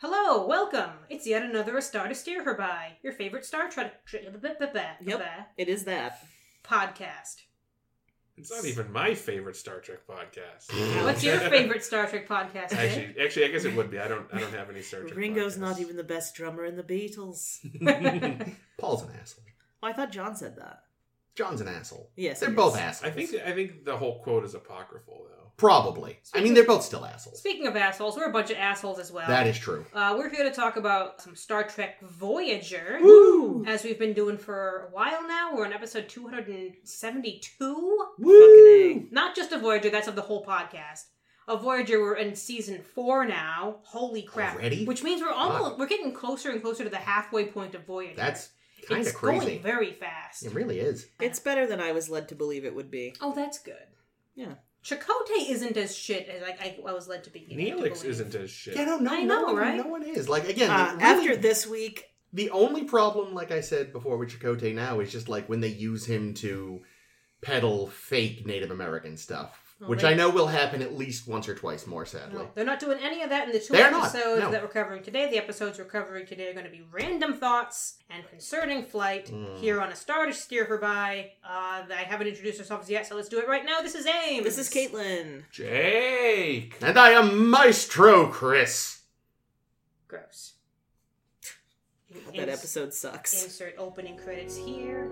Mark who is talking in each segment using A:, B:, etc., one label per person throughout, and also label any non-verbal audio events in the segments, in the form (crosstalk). A: Hello, welcome. It's yet another A Star to Steer Her By, your favorite Star Trek tr- blah, blah, blah, blah,
B: Yep.
A: blah,
B: It is that.
A: podcast.
C: It's not even my favorite Star Trek
D: (laughs)
C: podcast.
A: What's
C: (laughs)
A: your favorite Star Trek podcast? Jay?
C: Actually, actually, I guess it would be. I don't. I don't have any Star Trek.
B: Ringo's
C: podcasts.
B: not even the best drummer in the Beatles.
D: Paul's an asshole.
B: Oh, I thought John said that.
D: John's an asshole.
B: Yes,
D: They're
B: he
D: both
B: is.
D: assholes.
C: I think. I think the whole quote is apocryphal, though.
D: Probably. I mean, they're both still assholes.
A: (laughs) Speaking of assholes, we're a bunch of assholes as well.
D: That is true.
A: Uh, we're here to talk about some Star Trek Voyager.
B: Woo!
A: As we've been doing for a while now, we're on episode 272.
B: Fucking
A: Not just a Voyager, that's of the whole podcast. A Voyager, we're in season four now. Holy crap.
D: Already?
A: Which means we're almost, we're getting closer and closer to the halfway point of Voyager.
D: That's kind
A: It's
D: of crazy.
A: going very fast.
D: It really is.
B: It's better than I was led to believe it would be.
A: Oh, that's good.
B: Yeah.
A: Chakotay isn't as shit as like I, I was led to be.
C: Neelix
A: to believe.
C: isn't as shit.
D: Yeah, no, no,
A: I know,
D: no, one,
A: right?
D: no one is. Like again,
B: Uh,
D: they really-
B: after this week,
D: the only problem, like I said before, with Chakotay now is just like when they use him to peddle fake Native American stuff,
A: Oh,
D: which
A: they-
D: I know will happen at least once or twice more. Sadly,
A: No, they're not doing any of that in the 2
D: They're not,
A: episodes
D: no.
A: that we're covering today. The episodes we're covering today are going to be random thoughts and concerning flight
D: Mm.
A: here on a star to steer her by. Uh, I haven't introduced ourselves yet, so let's do it right now. This is Ames.
B: this is Caitlin.
C: Jake.
D: and I am Maestro Chris.
A: Gross.
B: That episode sucks.
A: Insert opening credits here.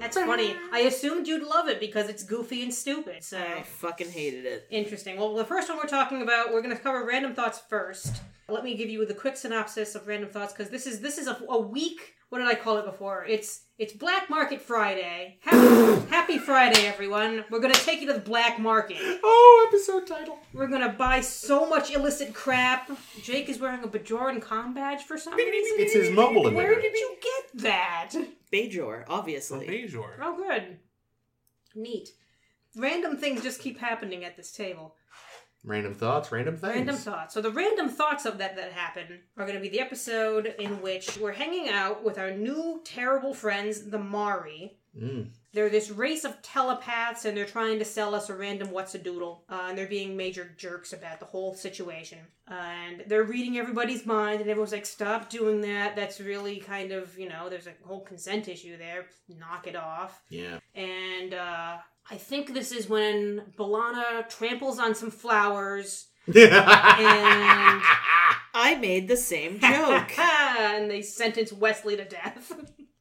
A: That's funny. I assumed you'd love it because it's goofy and stupid. So
B: I fucking hated it.
A: Interesting. Well, the first one we're talking about, we're going to cover random thoughts first. Let me give you the quick synopsis of random thoughts because this is this is a, a week. What did I call it before? It's it's Black Market Friday. Happy, happy Friday, everyone. We're going to take you to the black market.
D: Oh, episode title.
A: We're going to buy so much illicit crap. Jake is wearing a Bajoran com badge for some reason.
D: It's his mobile
A: Where
D: emitter.
A: did you get that?
B: Bajor,
C: Oh,
B: obviously.
C: Bajor.
A: Oh, good. Neat. Random things just keep happening at this table.
D: Random thoughts, random things.
A: Random thoughts. So the random thoughts of that that happen are going to be the episode in which we're hanging out with our new terrible friends, the Mari.
D: Mm.
A: They're this race of telepaths, and they're trying to sell us a random what's a doodle, uh, and they're being major jerks about the whole situation. and they're reading everybody's mind, and everyone's like, "Stop doing that. That's really kind of you know, there's a whole consent issue there. Knock it off."
D: Yeah.
A: And uh, I think this is when Balana tramples on some flowers.
D: (laughs)
B: I made the same joke.
A: and they sentence Wesley to death.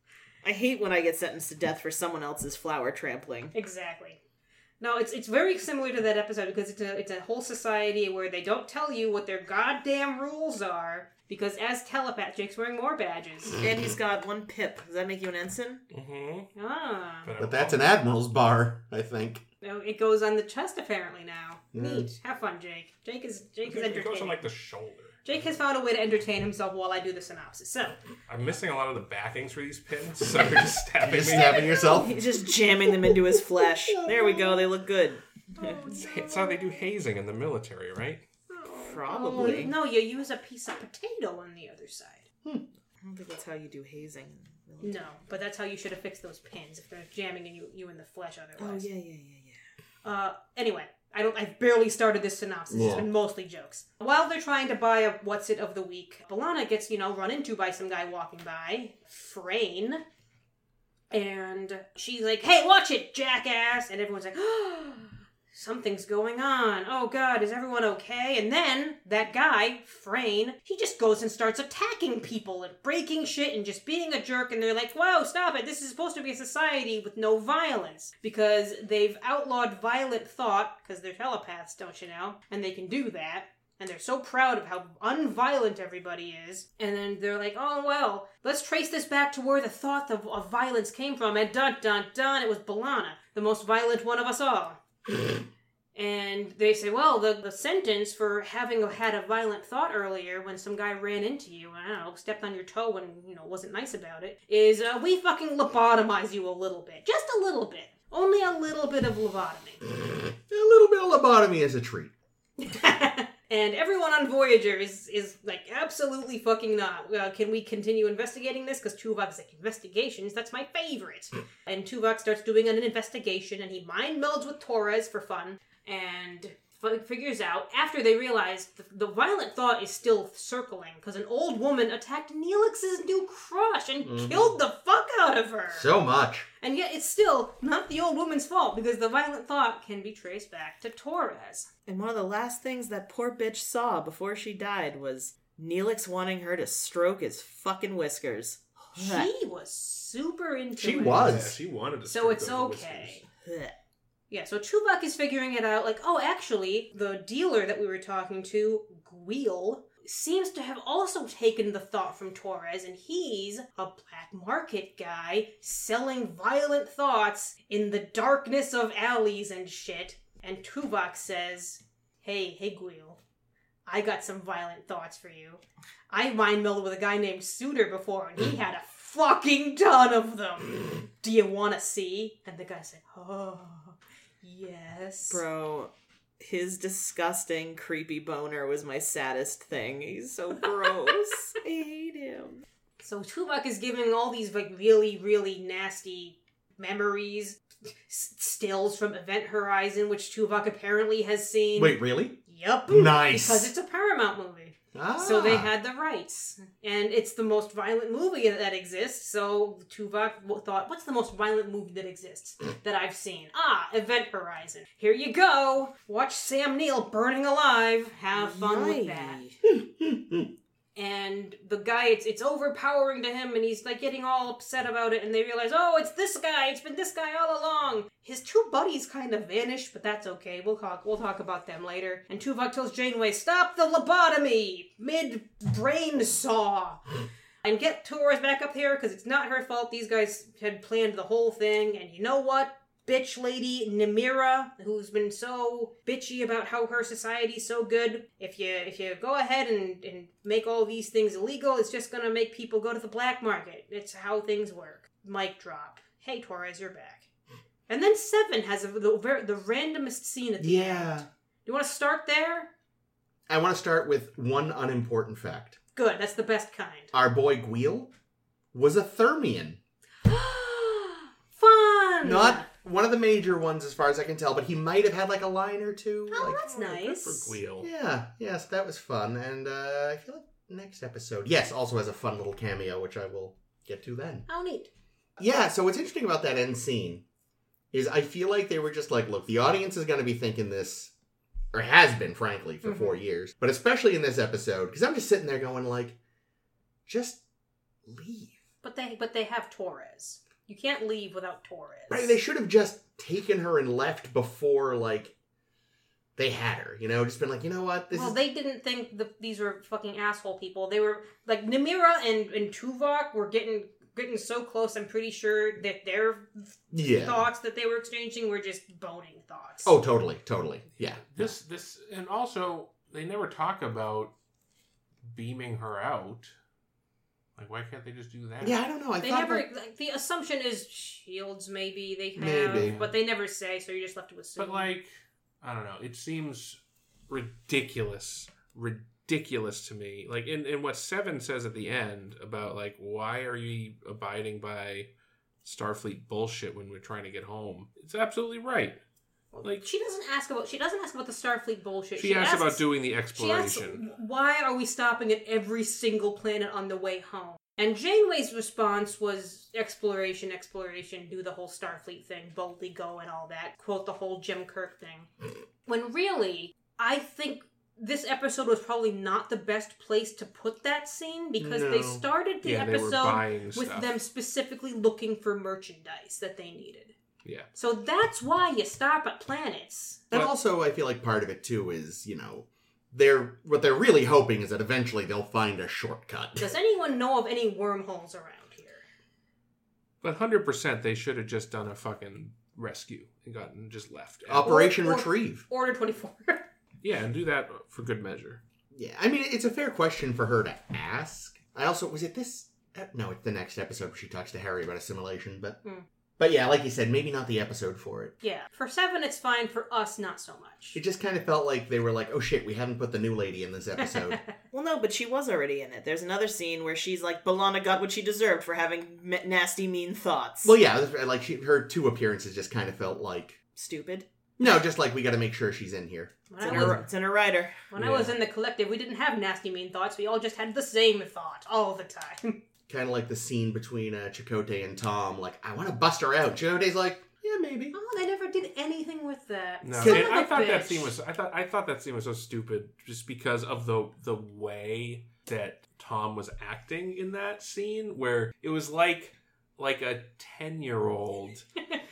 A: (laughs)
B: I hate when I get sentenced to death for someone else's flower trampling.
A: exactly. No, it's it's very similar to that episode because it's a it's a whole society where they don't tell you what their goddamn rules are because as telepath, Jake's wearing more badges.
B: And he's got one pip. Does that make you an ensign?
C: Mm-hmm.
A: ah,
D: but that's an admiral's bar, I think.
A: no, it goes on the chest apparently now.
D: Yeah.
A: Neat. Have fun, Jake. Jake is Jake is
C: It goes on
A: entertaining.
C: like the shoulder.
A: Jake has found a way to entertain himself while I do the synopsis. So
C: I'm missing a lot of the backings for these pins, so you're
D: (laughs)
C: just stabbing
D: Just
C: me.
D: stabbing yourself.
B: He's just jamming them into his flesh. There we go. They look good.
C: It's how they do hazing in the military, right?
B: Probably.
A: no, you use a piece of potato on the other side.
B: I don't think that's how you do hazing.
A: No, but that's how you should have fixed those pins if they're jamming in you, you in the flesh
B: Oh
A: otherwise.
B: yeah, yeah, yeah,
A: Uh, anyway, I don't. I've barely started this synopsis. It's
D: Yeah.
A: been mostly jokes. While they're trying to buy a what's it of the week, Balana gets you know run into by some guy walking by, Frayne, and she's like, "Hey, watch it, jackass!" And everyone's like, (gasps) "Oh, "Something's going on. Oh God, is everyone okay?" And then that guy, Frayne, he just goes and starts attacking people and breaking shit and just being a jerk. And they're like, "Whoa, stop it! This is supposed to be a society with no violence because they've outlawed violent thought because they're telepaths, don't you know? And they can do that." and they're so proud of how unviolent everybody is. And then they're like, oh, well, let's trace this back to where the thought of, of violence came from. And dun dun dun, it was Balana, the most violent one of us all. and they say, well, the, the sentence for having had a violent thought earlier when some guy ran into you, and I don't know, stepped on your toe and, you know, wasn't nice about it, is uh, we fucking lobotomize you a little bit. Just a little bit. Only a little bit of lobotomy.
D: A little bit of lobotomy as a treat.
A: (laughs) And everyone on Voyager is is like absolutely fucking not. Uh, can we continue investigating this? Because Tuvok's like investigations. That's my favorite. and Tuvok starts doing an investigation, and he mind melds with Torres for fun, and f- figures out after they realize the, the violent thought is still circling because an old woman attacked Neelix's new crush and
D: Mhm.
A: killed the fuck out of her.
D: So much.
A: And yet it's still not the old woman's fault because the violent thought can be traced back to Torres.
B: And one of the last things that poor bitch saw before she died was Neelix wanting her to stroke his fucking whiskers. Blech.
A: She was super into
D: She
A: it.
D: was.
C: Yeah, she wanted to.
A: So
C: strip
A: it's
C: those
A: okay.
C: whiskers.
B: Blech.
A: Yeah, so Chubak is figuring it out like, oh, actually, the dealer that we were talking to, Gweel, seems to have also taken the thought from Torres, and he's a black market guy selling violent thoughts in the darkness of alleys and shit. And Tuvok says, hey, hey, Gweel, I got some violent thoughts for you. I mind melded with a guy named Suter before, and he had a fucking ton of them. Do you want to see? And the guy said, Oh, yes.
B: Bro, his disgusting, creepy boner was my saddest thing. He's so gross. I hate him.
A: So Tuvok is giving all these like really, really nasty memories, s- stills from Event Horizon, which Tuvok apparently has seen.
D: Wait, really?
A: Yep.
D: Nice.
A: Because it's a Paramount movie.
D: Ah.
A: So they had the rights. And it's the most violent movie that exists. So Tuvok w- thought, what's the most violent movie that exists that I've seen? Ah, Event Horizon. Here you go. Watch Sam Neill burning alive. Have fun with that. And the guy, it's it's overpowering to him, and he's like getting all upset about it. And they realize, oh, it's this guy. It's been this guy all along. His two buddies kind of vanished, but that's okay. We'll talk. We'll talk about them later. And Tuvok tells Janeway, stop the lobotomy mid brain saw, and get Torres back up here because it's not her fault. These guys had planned the whole thing, and you know what? Bitch lady Namira, who's been so bitchy about how her society's so good. If you if you go ahead and, and make all these things illegal, it's just gonna make people go to the black market. It's how things work. Mic drop. Hey Torres, you're back. And then Seven has a, the ver- the randomest scene at the end.
D: Yeah.
A: You want to start there?
D: I want to start with one unimportant fact.
A: Good. That's the best kind. (gasps)
D: Our boy Gweel was a Thermian.
A: Fun.
D: Not one of the major ones, as far as I can tell, but he might have had like a line or two.
A: Oh,
D: like,
A: that's nice.
C: Good for Gweel.
D: Yeah, yes, that was fun. And uh, I feel like next episode, yes, also has a fun little cameo, which I will get to then.
A: How neat.
D: Yeah, so what's interesting about that end scene is I feel like they were just like, look, the audience is going to be thinking this, or has been, frankly,
A: Mm-hmm.
D: for four years, but especially in this episode, because I'm just sitting there going, like, just leave.
A: But they but they have Torres. You can't leave without Torres.
D: Right? They should have just taken her and left before, like, they had her, you know? Just been like, you know what? This
A: well,
D: is.
A: they didn't think the, these were fucking asshole people. They were like Namira and and Tuvok were getting getting so close. I'm pretty sure that their
D: yeah.
A: thoughts that they were exchanging were just boning thoughts.
D: Oh, totally, totally. Yeah.
C: This this and also they never talk about beaming her out. Like why can't they just do that?
D: Yeah, I don't know. I
A: they
D: thought
A: never.
D: like-
A: like, the assumption is shields. Maybe they have,
D: Maybe.
A: but they never say. So you're just left to assume.
C: But like I don't know, it seems ridiculous. Ridiculous to me. Like in, in what Seven says at the end about like why are you abiding by Starfleet bullshit when we're trying to get home? It's absolutely right. Like
A: she doesn't ask about. She doesn't ask about the Starfleet bullshit.
C: she, asked about doing the
A: She asks,
C: exploration.
A: why are we stopping at every single planet on the way home? And Janeway's response was exploration, exploration, do the whole Starfleet thing, boldly go and all that, quote the whole Jim Kirk thing. When really, I think this episode was probably not the best place to put that scene because they
D: No.
A: started the
C: yeah, they were
A: episode
C: buying
A: with
C: stuff.
A: them specifically looking for merchandise that they needed.
C: Yeah.
A: So that's why you stop at planets.
D: and
C: But-
D: also, I feel like part of it too is you know they're what they're really hoping is that eventually they'll find a shortcut.
A: Does anyone know of any wormholes around here?
C: But hundred percent, they should have just done a fucking rescue and gotten just left.
D: (laughs) Operation
A: Or- or-
D: Retrieve.
A: Order 24. (laughs)
C: yeah, and do that for good measure.
D: Yeah, I mean it's a fair question for her to ask. I also was it this? ep- No, it's the next episode where she talks to Harry about assimilation. But
A: Mm.
D: But yeah, like you said, maybe not the episode for it.
A: Yeah. For seven, it's fine. For us, not so much.
D: It just kind of felt like they were like, oh shit, we haven't put the new lady in this episode.
B: Well, no, but she was already in it. There's another scene where she's like, Balana got what she deserved for having m- nasty, mean thoughts.
D: well, yeah, that's right, like she, her two appearances just kind of felt like,
B: Stupid.
D: no, just like we got to make sure she's in here.
A: when
B: It's
A: I
B: in,
A: was,
B: her, it's in her rider.
A: when I
C: Yeah.
A: was in the collective, we didn't have nasty, mean thoughts. We all just had the same thought all the time. (laughs)
D: Kind of like the scene between uh, Chakotay and Tom, like I want to bust her out. Chakotay's like, yeah, maybe.
A: oh, they never did anything with that.
C: No,
A: Son
C: and
A: of
C: I
A: a
C: thought that
A: bitch.
C: scene was. I thought I thought that scene was so stupid just because of the the way that Tom was acting in that scene, where it was like like a ten
A: (laughs)
C: year old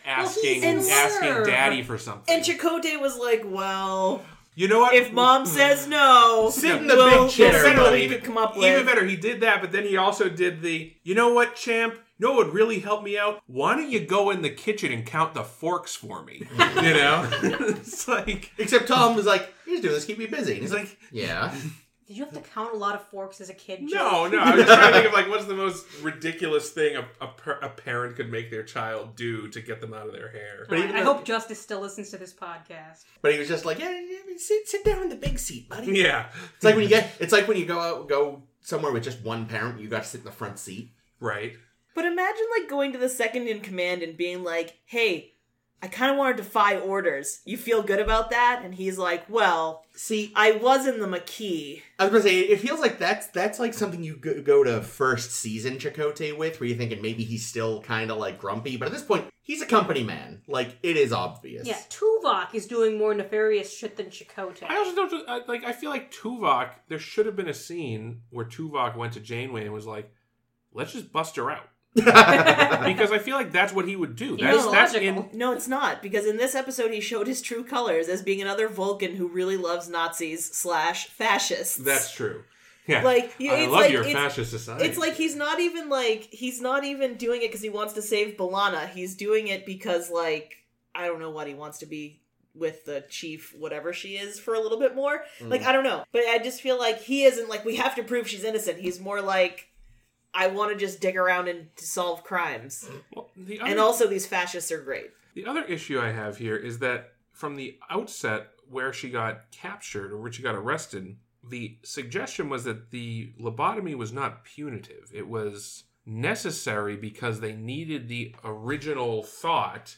C: asking
A: in
C: asking
A: love.
C: daddy for something.
B: And Chakotay was like, well,
C: you know what?
B: if mom says no,
D: Sit in the
B: we'll,
D: big
B: we'll
D: chair,
B: see what
D: buddy.
B: we can come up with.
C: Even better, he did that, but then he also did the. You know what, champ? You know what would really help me out? Why don't you go in the kitchen and count the forks for me? (laughs) You know, it's like
D: Except Tom was like, he's doing this to keep me busy. And
C: he's
D: he's like,
C: like,
D: yeah. (laughs)
A: Did you have to count a lot of forks as a kid?
C: No, no. I was trying to think of like what's the most ridiculous thing a, a, per- a parent could make their child do to get them out of their hair. (laughs)
D: But even
A: I
D: though-
A: hope Justice still listens to this podcast.
D: But he was just like, yeah, yeah, sit, sit down in the big seat, buddy.
C: Yeah,
D: It's like when you get, it's like when you go out, go somewhere with just one parent, you got to sit in the front seat.
C: right.
B: But imagine like going to the second in command and being like, "Hey, I kind of want to defy orders. You feel good about that?" And he's like, "Well,
D: See,
B: I was in the Maquis."
D: I was gonna say it feels like that's that's like something you go, go to first season Chakotay with, where you're thinking maybe he's still kind of like grumpy, but at this point he's a company man. Like it is obvious.
A: Yeah, Tuvok is doing more nefarious shit than Chakotay.
C: I also don't I, like. I feel like Tuvok. There should have been a scene where Tuvok went to Janeway and was like, "Let's just bust her out,"
A: (laughs)
C: (laughs) because I feel like that's what he would do.
A: You
C: That's
A: know,
C: that's
A: logical.
C: in.
B: No, it's not because in this episode he showed his true colors as being another Vulcan who really loves Nazis slash fascists.
C: That's true. Yeah,
B: Like, you-
C: I
B: it's
C: love
B: like-
C: your
B: it's-
C: fascist society.
B: it's like he's not even like he's not even doing it because he wants to save Balana. He's doing it because like I don't know what he wants to be with the chief, whatever she is, for a little bit more.
D: Mm.
B: Like, I don't know. But I just feel like he isn't like, we have to prove she's innocent. He's more like, I want to just dig around and solve crimes.
C: Well, the other
B: And also, these fascists are great.
C: The other issue I have here is that from the outset, where she got captured or where she got arrested, the suggestion was that the lobotomy was not punitive. It was necessary because they needed the original thought.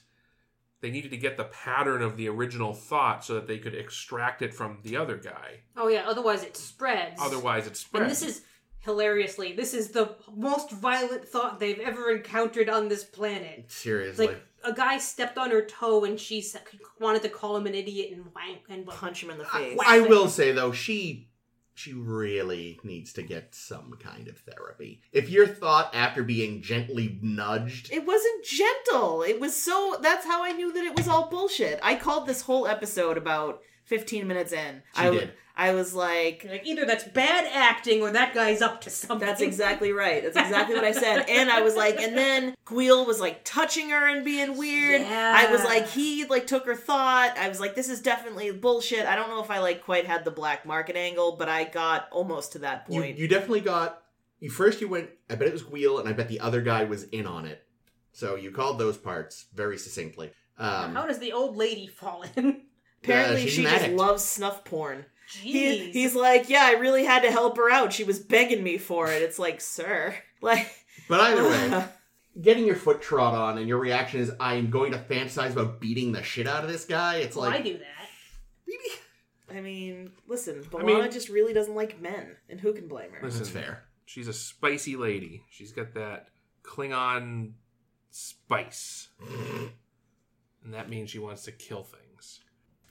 C: They needed to get the pattern of the original thought so that they could extract it from the other guy.
A: oh yeah, otherwise it spreads.
C: Otherwise, it spreads.
A: and this is hilariously, this is the most violent thought they've ever encountered on this planet. It's
D: (laughs) Seriously.
A: like a guy stepped on her toe and she s- wanted to call him an idiot and wank and what-
B: Punch him in the
D: I-
B: face.
D: I will say though, she she really needs to get some kind of therapy. If your thought after being gently nudged,
B: It wasn't gentle. It was so. That's how I knew that it was all bullshit. I called this whole episode about 15 minutes in.
D: She
B: I, w-
D: did.
B: I was like,
A: (laughs) Like, either that's bad acting or that guy's up to something.
B: (laughs)
A: (laughs)
B: That's exactly right. That's exactly what I said. And I was like, and then Gwil was like touching her and being weird.
A: Yeah.
B: I was like, he like took her thought. I was like, this is definitely bullshit. I don't know if I like quite had the black market angle, but I got almost to that
D: you,
B: point.
D: you definitely got. You first you went. I bet it was Wheel, and I bet the other guy was in on it. So you called those parts very succinctly. Um,
A: How does the old lady fall in? (laughs)
B: Apparently,
D: uh, she's
B: she
D: an
B: just
D: addict.
B: loves snuff porn.
A: Jeez.
B: He, he's like, yeah, I really had to help her out. She was begging me for it. It's like, sir, (laughs) like,
D: But
A: (laughs)
D: either way, getting your foot trod on and your reaction is, I am going to fantasize about beating the shit out of this guy. It's
A: Well, I
D: like,
A: do that.
B: (laughs) I mean, listen, Balana
C: mean-
B: just really doesn't like men, and who can blame her?
C: Listen,
D: that's fair.
C: She's a spicy lady. She's got that Klingon spice. and that means she wants to kill things.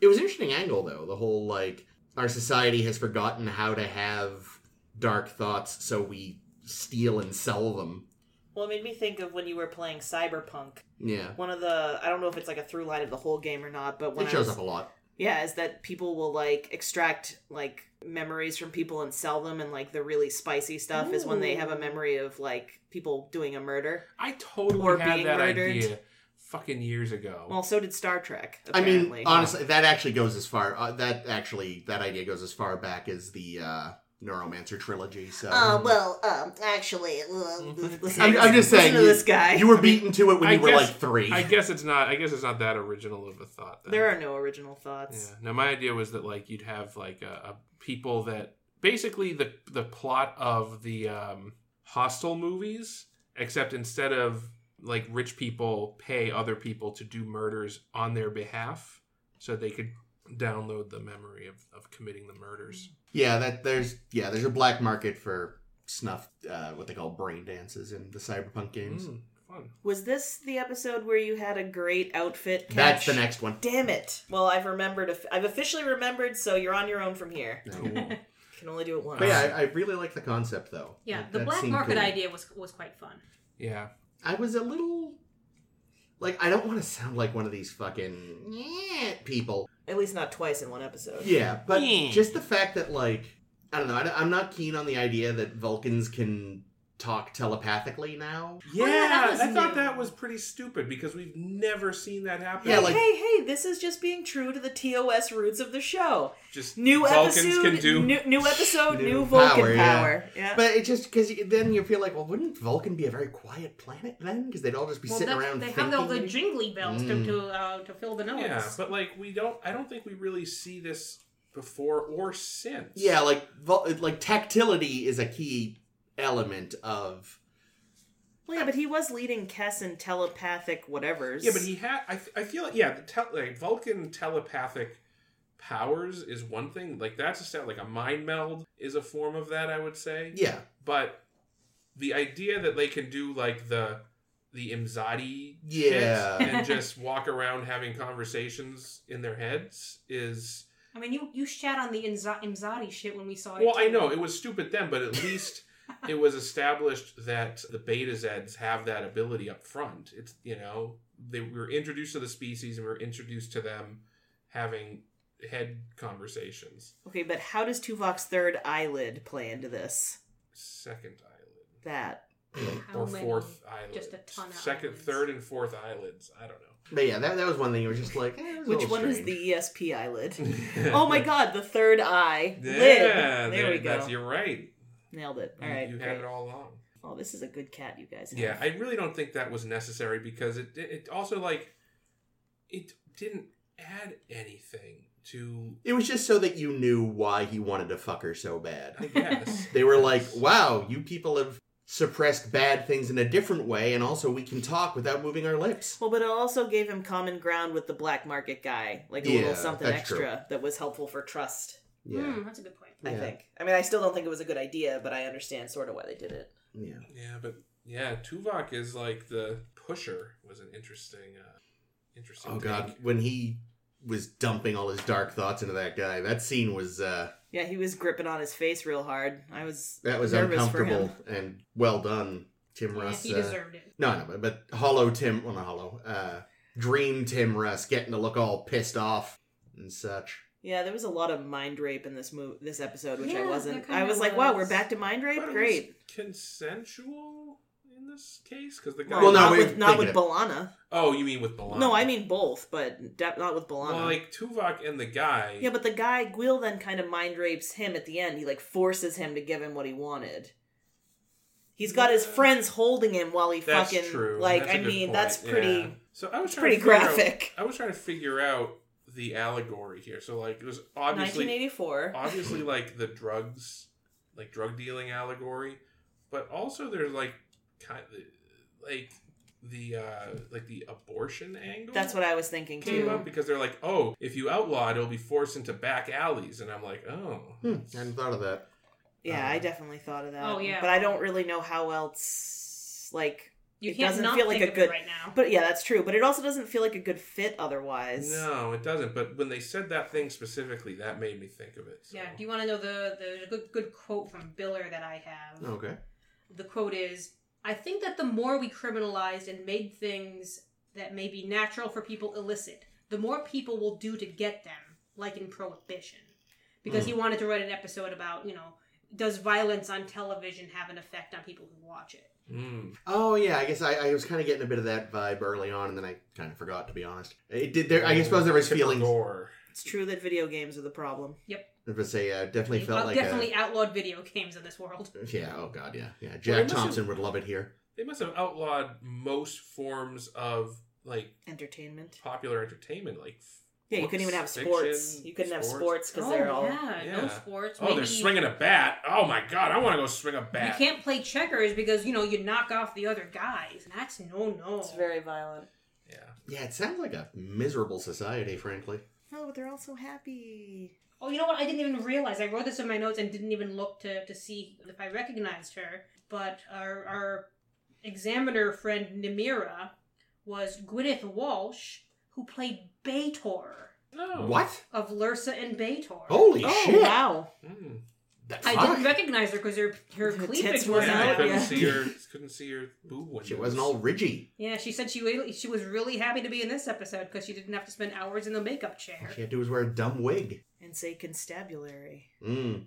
D: It was an interesting angle, though. The whole, like, our society has forgotten how to have dark thoughts, so we steal and sell them.
B: Well, it made me think of when you were playing Cyberpunk.
D: Yeah.
B: one of the I don't know if it's like a through line of the whole game or not, but when
D: it
B: I
D: shows
B: was-
D: up a lot.
B: yeah, is that people will like extract like memories from people and sell them, and like the really spicy stuff is when they have a memory of like people doing a murder.
C: I totally
B: Or
C: had
B: being
C: that
B: murdered.
C: idea fucking years ago. (laughs)
B: Well, so did Star Trek.
D: I
B: Apparently.
D: mean, honestly, that actually goes as far. Uh, that actually, that idea goes as far back as the uh, Neuromancer trilogy. So
B: Uh, well, um, actually, uh, listen,
D: I'm- I'm just saying,
B: Listen to this guy.
D: you were beaten to it when
C: I
D: you were
C: guess-
D: like three.
C: I guess it's not. I guess it's not that original of a thought. Then.
B: there are no original
C: Yeah.
B: thoughts.
C: No, my idea was that like you'd have like a, a people that basically the the plot of the um, hostile movies, except instead of like rich people pay other people to do murders on their behalf, so they could download the memory of, of committing the murders.
D: yeah, that there's yeah there's a black market for snuff, uh, what they call brain dances in the cyberpunk games.
B: Hmm.
C: Mm, fun.
B: Was this the episode where you had a great outfit? Catch?
D: That's the
B: (laughs)
D: next one.
B: Damn it! Well, I've remembered. If, I've officially remembered, so you're on your own from here.
C: Cool.
B: Can only do it once.
D: But yeah, I, I really like the concept though.
A: Yeah,
D: That-
A: the
D: that
A: black
D: seemed
A: market
D: cool.
A: idea was was quite fun.
C: yeah.
D: I was a little like I don't want to sound like one of these fucking "Yeah" people.
B: At least not twice in one episode.
D: Yeah, but
C: Yeah.
D: just the fact that like I don't know, I, am not keen on the idea that Vulcans can talk telepathically now.
C: Yeah,
A: that was
C: I thought
A: new.
C: that was pretty stupid because we've never seen that happen.
D: Yeah,
B: hey,
D: like-
B: hey, hey! This is just being true to the TOS roots of the show.
C: just
B: New
C: Vulcans
B: episode,
C: can do. (laughs)
B: New, new
A: Oh,
B: episode,
D: New
B: new, Vulcan
D: power,
B: power.
D: yeah.
B: Yeah.
D: But it just because then you feel like, well, wouldn't Vulcan be a very quiet planet then? Because they'd all just be
A: Well,
D: sitting
A: that-
D: around
A: they
D: thinking.
A: have all the jingly bells to
D: Mm.
A: to, uh, to fill the noise.
C: yeah, but like we don't. I don't think we really see this before or since.
D: yeah, like vul- like tactility is a key element of
B: Well, yeah, but he was leading Kess in telepathic whatever's.
C: Yeah, but he had. I, I feel like yeah, the tel like Vulcan telepathic powers is one thing. Like that's a step. Like a mind meld is a form of that. I would say.
D: yeah,
C: But the idea that they can do like the the Imzadi shit
D: yeah.
C: and just walk around having conversations in their heads is
A: I mean, you you shat on the Inza- Imzadi shit when we saw it.
C: well. I
A: too.
C: know it was stupid then, but at
B: (laughs)
C: least. It was established that the beta Zeds have that ability up front. It's you know they we were introduced to the species and we were introduced to them having head conversations.
B: Okay, but how does Tuvok's third eyelid play into this?
C: Second eyelid
B: That.
A: How
C: or
A: many?
C: fourth eyelid,
A: Just a ton of
C: second,
A: eyelids.
C: third, and fourth eyelids. I don't
D: But yeah, that, that was one thing. You were just like, eh, it was a
B: Which
D: little
B: one is
D: strange.
B: the ESP
C: (laughs)
B: eyelid?
C: know.
B: (laughs) oh my god, the third eye.
C: Yeah,
B: lid. There,
C: there,
B: we go.
C: That's, you're right.
B: Nailed it. All
C: You-
B: right.
C: you
B: great.
C: had it all along.
B: Oh, this is a good cat, you guys. have.
C: Yeah, I really don't think that was necessary because it it also like it didn't add anything to
D: It was just so that you knew why he wanted to fuck her so bad.
C: I guess.
D: (laughs) They were like, wow, you people have suppressed bad things in a different way, and also we can talk without moving our lips.
B: Well, but it also gave him common ground with the black market guy, like a
D: Yeah,
B: little something
D: that's
B: extra that was helpful for trust.
D: Yeah.
A: Hmm, that's a good point.
B: I
D: Yeah.
B: think. I mean, I still don't think it was a good idea, but I understand sort of why they did it.
D: Yeah.
C: Yeah, but yeah, Tuvok is like the pusher was an interesting, uh, interesting.
D: Oh,
C: take.
D: God. When he was dumping all his dark thoughts into that guy, that scene was, uh,
B: Yeah, he was gripping on his face real hard. I was
D: that was
B: nervous for him.
D: uncomfortable and well done, Tim
A: Yeah,
D: Russ.
A: he
D: uh,
A: deserved it.
D: no, no, but, but hollow Tim, well, not hollow, uh, dream Tim Russ getting to look all pissed off and such.
B: Yeah, there was a lot of mind rape in this move, this episode, which I
A: Yeah,
B: wasn't.
A: there
B: I
A: kinda
B: was like, "Wow,
A: was.
B: we're back to mind
C: But
B: rape.
C: it was
B: Great."
C: consensual in this case because the guy.
B: Well,
D: no,
B: not
D: we
B: with not
D: think
B: with
D: it-
B: Balana.
C: oh, you mean with Balana?
B: No, I mean both, but de- not with Balana.
C: well, like Tuvok and the guy.
B: yeah, but the guy Gwil then kind of mind rapes him at the end. He like forces him to give him what he wanted. He's got his
C: Yeah.
B: friends holding him while he
C: that's
B: fucking
C: true.
B: like.
C: That's a
B: I
C: good
B: mean,
C: point,
B: that's pretty.
C: yeah. So I was
B: It's
C: trying to
B: pretty
C: figure out-
B: graphic.
C: I was trying to figure out the allegory here. So like it was obviously
B: 1984.
C: obviously like the drugs like drug dealing allegory but also there's like kind like the uh like the abortion angle
B: That's what I was thinking
C: came
B: too.
C: up because they're like oh if you outlaw it it'll be forced into back alleys and i'm like oh
D: Hmm, I hadn't thought of that.
B: Yeah,
C: Um,
B: I definitely thought of that.
A: Oh, yeah.
B: But I don't really know how else like
A: You
B: It
A: can't
B: doesn't
A: not
B: feel like
A: think
B: a
A: of
B: good-
A: it right now.
B: but yeah, that's true. But it also doesn't feel like a good fit otherwise.
C: no it doesn't but when they said that thing specifically that made me think of it so.
A: Yeah. Do you want to know the the good good quote from Biller that I have?
D: Okay.
A: The quote is, "I think that the more we criminalized and made things that may be natural for people illicit, the more people will do to get them, like in prohibition." Because he wanted to write an episode about you know does violence on television have an effect on people who watch it?
C: Mm.
D: Oh yeah, I guess I, I was kind of getting a bit of that vibe early on, and then I kind of forgot to be honest. It did. There, I suppose there was
C: Tipper
D: feelings.
C: Gore.
B: It's true that video games are the problem.
D: If I say, uh, definitely
A: They've
D: felt
A: out-
D: like
A: definitely outlawed video games in this world.
B: (laughs)
D: a yeah. Oh god, yeah, yeah.
C: Well, it
D: Jack
C: must
D: Thompson
C: have-
D: would love it here.
C: They must have outlawed most forms of like
B: Entertainment.
C: popular entertainment, like
B: Yeah, you couldn't even have
C: books,
B: sports.
C: fiction,
B: You couldn't have sports because they're all.
A: Oh, yeah, no
C: Yeah.
A: sports.
C: Oh, they're
A: Maybe
C: swinging a bat. Oh my god, I want to go swing a
A: You
C: bat.
A: can't play checkers because you know you knock off the other guys. That's no no.
B: It's very violent.
C: Yeah.
D: Yeah, it sounds like a miserable society, frankly.
B: No, but Oh, they're all so happy.
A: Oh, you know what? I didn't even realize. I wrote this in my notes and didn't even look to, to see if I recognized her. But our, our examiner friend Namira was Gwyneth Walsh, who played Bator
C: No.
D: What?
A: of Lursa and Bator.
D: Holy
B: Oh
D: shit!
B: wow!
C: Mm.
D: The
A: I
D: fuck?
A: didn't recognize her because her, her
B: Her
A: cleavage
B: tits
A: was
B: weren't
C: Yeah, I
A: out.
B: out,
C: couldn't
B: yeah.
C: see her. Couldn't see her boob windows.
D: She wasn't all ridgy.
A: Yeah, she said she really, she was really happy to be in this episode because she didn't have to spend hours in the makeup
D: All
A: chair.
D: she had to do was wear a dumb wig.
B: And say constabulary.
D: Mm.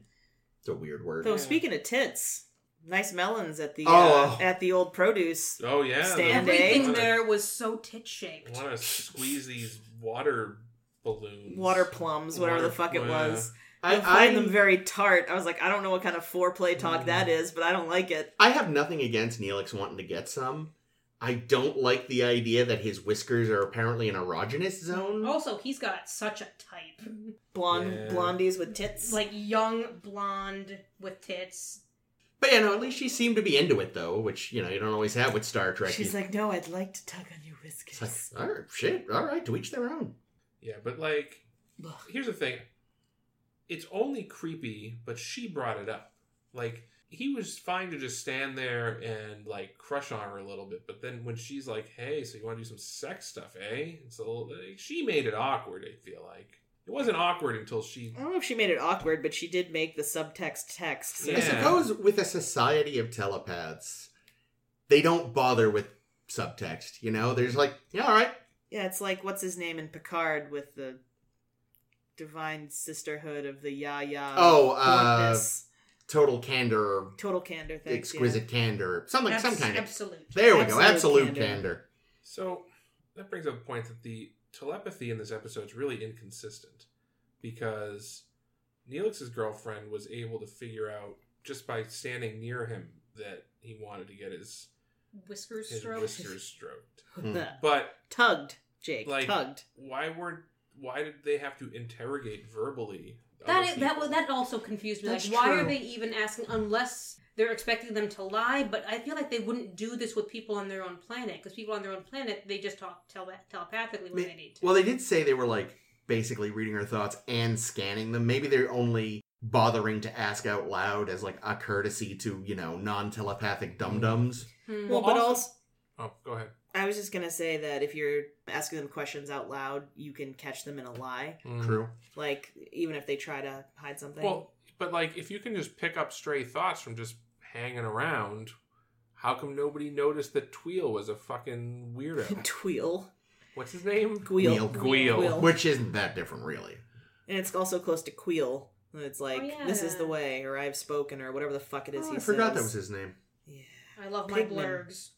D: It's a weird word.
B: Though
C: Yeah.
B: speaking of tits, nice melons at the
D: Oh.
B: uh, at the old produce.
C: Oh yeah. the-
B: Stand
A: Everything
B: eh?
A: there was so tit shaped.
C: want to squeeze these water balloons.
B: Water plums, whatever
C: Water-
B: the fuck it
C: yeah.
B: was. I,
D: I,
B: find them
D: I, Mm.
B: very tart. I was like, I don't know what kind of foreplay talk that is, but I don't like it.
D: I have nothing against Neelix wanting to get some. I don't like the idea that his whiskers are apparently an erogenous zone.
A: Also, he's got such a type.
B: Blonde
C: Yeah.
B: blondies with tits.
A: Like young blonde with tits.
D: But you know, at least she seemed to be into it though, which you know you don't always have with Star Trek.
B: she's
D: You-
B: like, no, I'd like to tug on your whiskers.
D: it's like, all right, shit, all right, to each their own.
C: Yeah, but like,
B: Ugh.
C: here's the thing. It's only creepy, but she brought it up. Like he was fine to just stand there and like crush on her a little bit, but then when she's like, "Hey, so you want to do some sex stuff, eh?" It's a little, like, she made it awkward. I feel like it wasn't awkward until she.
B: I don't know if she made it awkward, but she did make the subtext text. So
D: I
C: Yeah.
D: suppose with a society of telepaths, they don't bother with subtext. You know, they're just like, yeah, all right,
B: Yeah, it's like what's his name in Picard with the divine sisterhood of the Ya Ya.
D: Oh, uh,
B: bluntness.
D: total candor,
B: total candor thing. (laughs)
D: exquisite candor, something, some
A: Abs-
D: kind of.
A: absolute.
D: There we go,
B: absolute
D: absolute
B: candor.
D: candor.
C: So that brings up a point that the telepathy in this episode is really inconsistent because Neelix's girlfriend was able to figure out just by standing near him that he wanted to get his
A: Whiskers
C: his
A: stroke.
C: whiskers stroked.
D: Mm.
C: But
B: Tugged, Jake.
C: Like-
B: tugged.
C: why weren't why did they have to interrogate verbally? other
A: That, that
C: people?
A: wa- that also confused me. Like,
B: That's
A: why are
B: true.
A: they even asking? Unless they're expecting them to lie, but I feel like they wouldn't do this with people on their own planet because people on their own planet they just talk tele- telepathically when
D: Ma-
A: they need to.
D: Well, they did say they were like basically reading her thoughts and scanning them. Maybe they're only bothering to ask out loud as like a courtesy to you know non telepathic dum dums.
A: Hmm.
B: Well,
C: Well,
B: but
C: also-
B: also,
C: Oh, go ahead.
B: I was just gonna say that if you're asking them questions out loud, you can catch them in a lie.
C: Mm-hmm.
D: True.
B: Like even if they try to hide something. (laughs)
C: Well, but like if you can just pick up stray thoughts from just hanging around, how come nobody noticed that Tweel was a fucking
B: (laughs)
C: weirdo?
B: Tweel.
C: What's his name?
B: Gweel.
C: Gweel.
B: Gweel.
D: Which isn't that different, really.
B: And it's also close to Queel. And It's like
A: yeah.
B: this is the way, or I've spoken, or whatever the fuck it is.
D: Oh,
B: he
D: I forgot
B: says.
D: that was his name.
B: Yeah,
A: I love my
B: Pigman.
A: blurgs.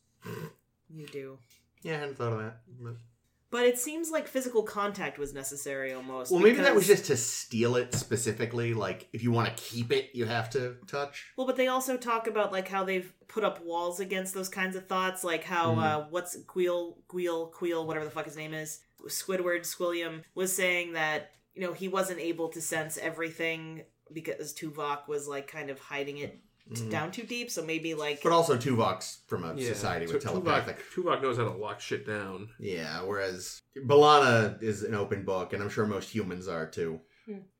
B: you do.
D: Yeah, I hadn't thought of that. But-
B: But it seems like physical contact was necessary almost.
D: Well, maybe that was
B: because-
D: just to steal it specifically. Like, if you want to keep it, you have to touch.
B: Well, but they also talk about like how they've put up walls against those kinds of thoughts, like how
D: Mm-hmm.
B: uh, what's Queel Queel Queel, whatever the fuck his name is, Squidward Squilliam was saying that you know he wasn't able to sense everything because Tuvok was like kind of hiding it t-
D: Mm.
B: down too deep. So maybe like
D: But also Tuvok's from a
C: Yeah.
D: society
C: So
D: with
C: Tuvok-
D: telepathic.
C: Tuvok knows how to lock shit down.
D: Yeah, whereas Balana is an open book, and I'm sure most humans are too.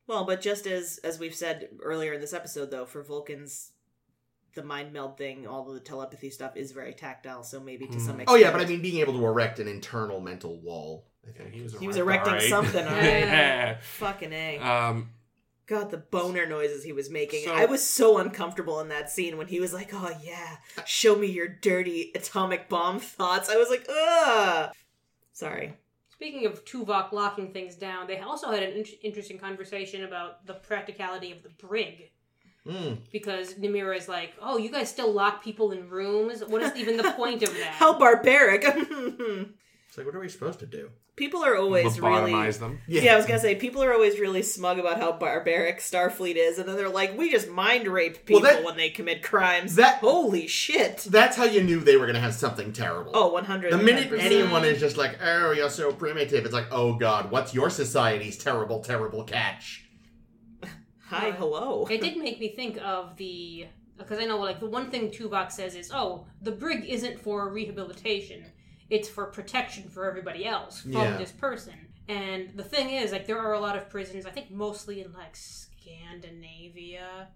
B: well, but just as as we've said earlier in this episode, though, for Vulcans. The mind meld thing, all of the telepathy stuff is very tactile, so maybe to some
C: Mm.
B: extent.
D: Oh yeah, but I mean being able to erect an internal mental wall. I think.
B: He was erecting something,
C: (laughs)
B: all
A: right.
B: fucking a.
A: Uh,
C: yeah. Um,
B: God, the boner noises he was making.
C: So-
B: I was so uncomfortable in that scene when he was like, "Oh yeah, show me your dirty atomic bomb thoughts." I was like, "Ugh." Sorry.
A: Speaking of Tuvok locking things down, they also had an in- interesting conversation about the practicality of the brig.
D: Mm.
A: Because Namira is like, oh, you guys still lock people in rooms? What is even the point of that?
B: How barbaric.
D: It's It's like, what are we supposed to do?
B: (laughs) People are always really.
C: Lobotomize them.
B: Yeah. I was gonna say people are always really smug about how barbaric Starfleet is, and then they're like, "We just mind rape people
D: Well, that-
B: when they commit crimes."
D: that-
B: holy shit!
D: That's how you knew they were going to have something terrible.
B: Oh, one hundred.
D: The minute anyone is just like, oh, you're so primitive, it's like, oh god, what's your society's terrible, terrible catch?
B: hi, hello.
A: It did make me think of the because I know like the one thing Tuvok says is, "Oh, the brig isn't for rehabilitation; it's for protection for everybody else from
D: Yeah.
A: this person." And the thing is, like, there are a lot of prisons. I think mostly in like Scandinavia.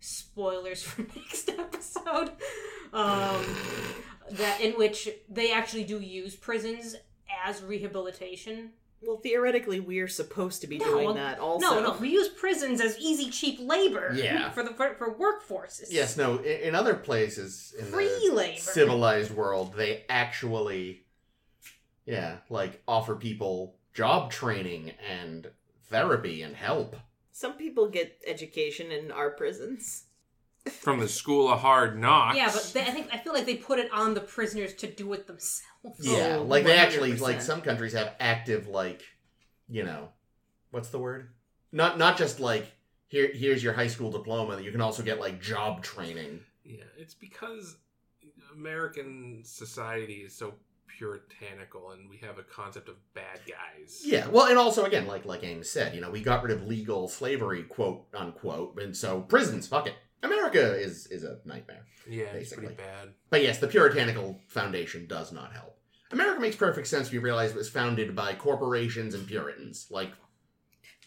A: Spoilers for (laughs) next episode. Um, that in which they actually do use prisons as rehabilitation
B: Well, theoretically, we're supposed to be
A: No,
B: doing
A: well,
B: that. Also,
A: no, no, we use prisons as easy, cheap labor. (laughs)
D: Yeah.
A: For the for, for workforces.
D: Yes, no, in, in other places in
A: Free
D: the
A: labor.
D: civilized world, they actually, yeah, like offer people job training and therapy and help.
B: some people get education in our prisons.
C: From the school of hard knocks.
A: Yeah, but they, I think I feel like they put it on the prisoners to do it themselves.
D: Yeah,
B: Oh,
D: like they actually, like
B: 100%.
D: some countries have active, like, you know, what's the word? Not not just like here here's your high school diploma. You can also get like job training.
C: Yeah, it's because American society is so puritanical and we have a concept of bad guys.
D: Yeah, well, and also again, like like Ames said, you know, we got rid of legal slavery, quote unquote, and so prisons, fuck it. America is is a nightmare.
C: Yeah, it's pretty
D: Basically.
C: bad.
D: But yes, the puritanical foundation does not help. America makes perfect sense when you realize it was founded by corporations and Puritans. Like,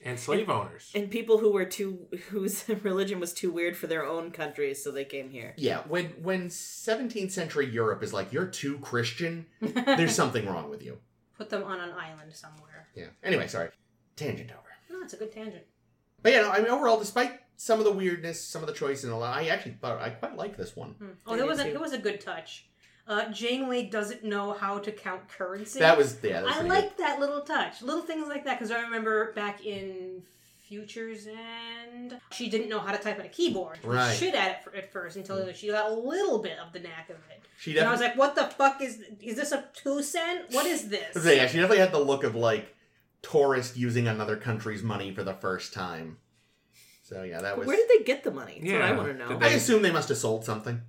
C: And slave owners.
B: And people who were too whose (laughs) religion was too weird for their own countries, so they came here.
D: yeah, when when 17th century Europe is like you're too Christian, there's something wrong with you.
A: Put them on an island somewhere.
D: Yeah. Anyway, sorry. Tangent over.
A: No, it's a good tangent.
D: But yeah, no, I mean overall, despite some of the weirdness, some of the choice, and a lot, I actually thought I quite like this one.
A: Hmm. Oh, there was a,
B: Me too.
A: it was a good touch. Uh, Janeway doesn't know how to count currency.
D: That was yeah. That was
A: I
D: pretty
A: like that little touch, little things like that, because I remember back in Futures End, she didn't know how to type on a keyboard. She was
D: Right. Mm.
A: Shit at it for, at first until she got a little bit of the knack of it.
D: She
A: And I was like,
D: definitely.
A: "What the fuck is? Is this a two cent? What is
D: I was gonna say,
A: this?"
D: yeah, she definitely had the look of like tourist using another country's money for the first time. So yeah, that was.
B: Where did they get the money? That's what I
C: Yeah.
B: want to know.
C: Did
D: I assume they must have sold something.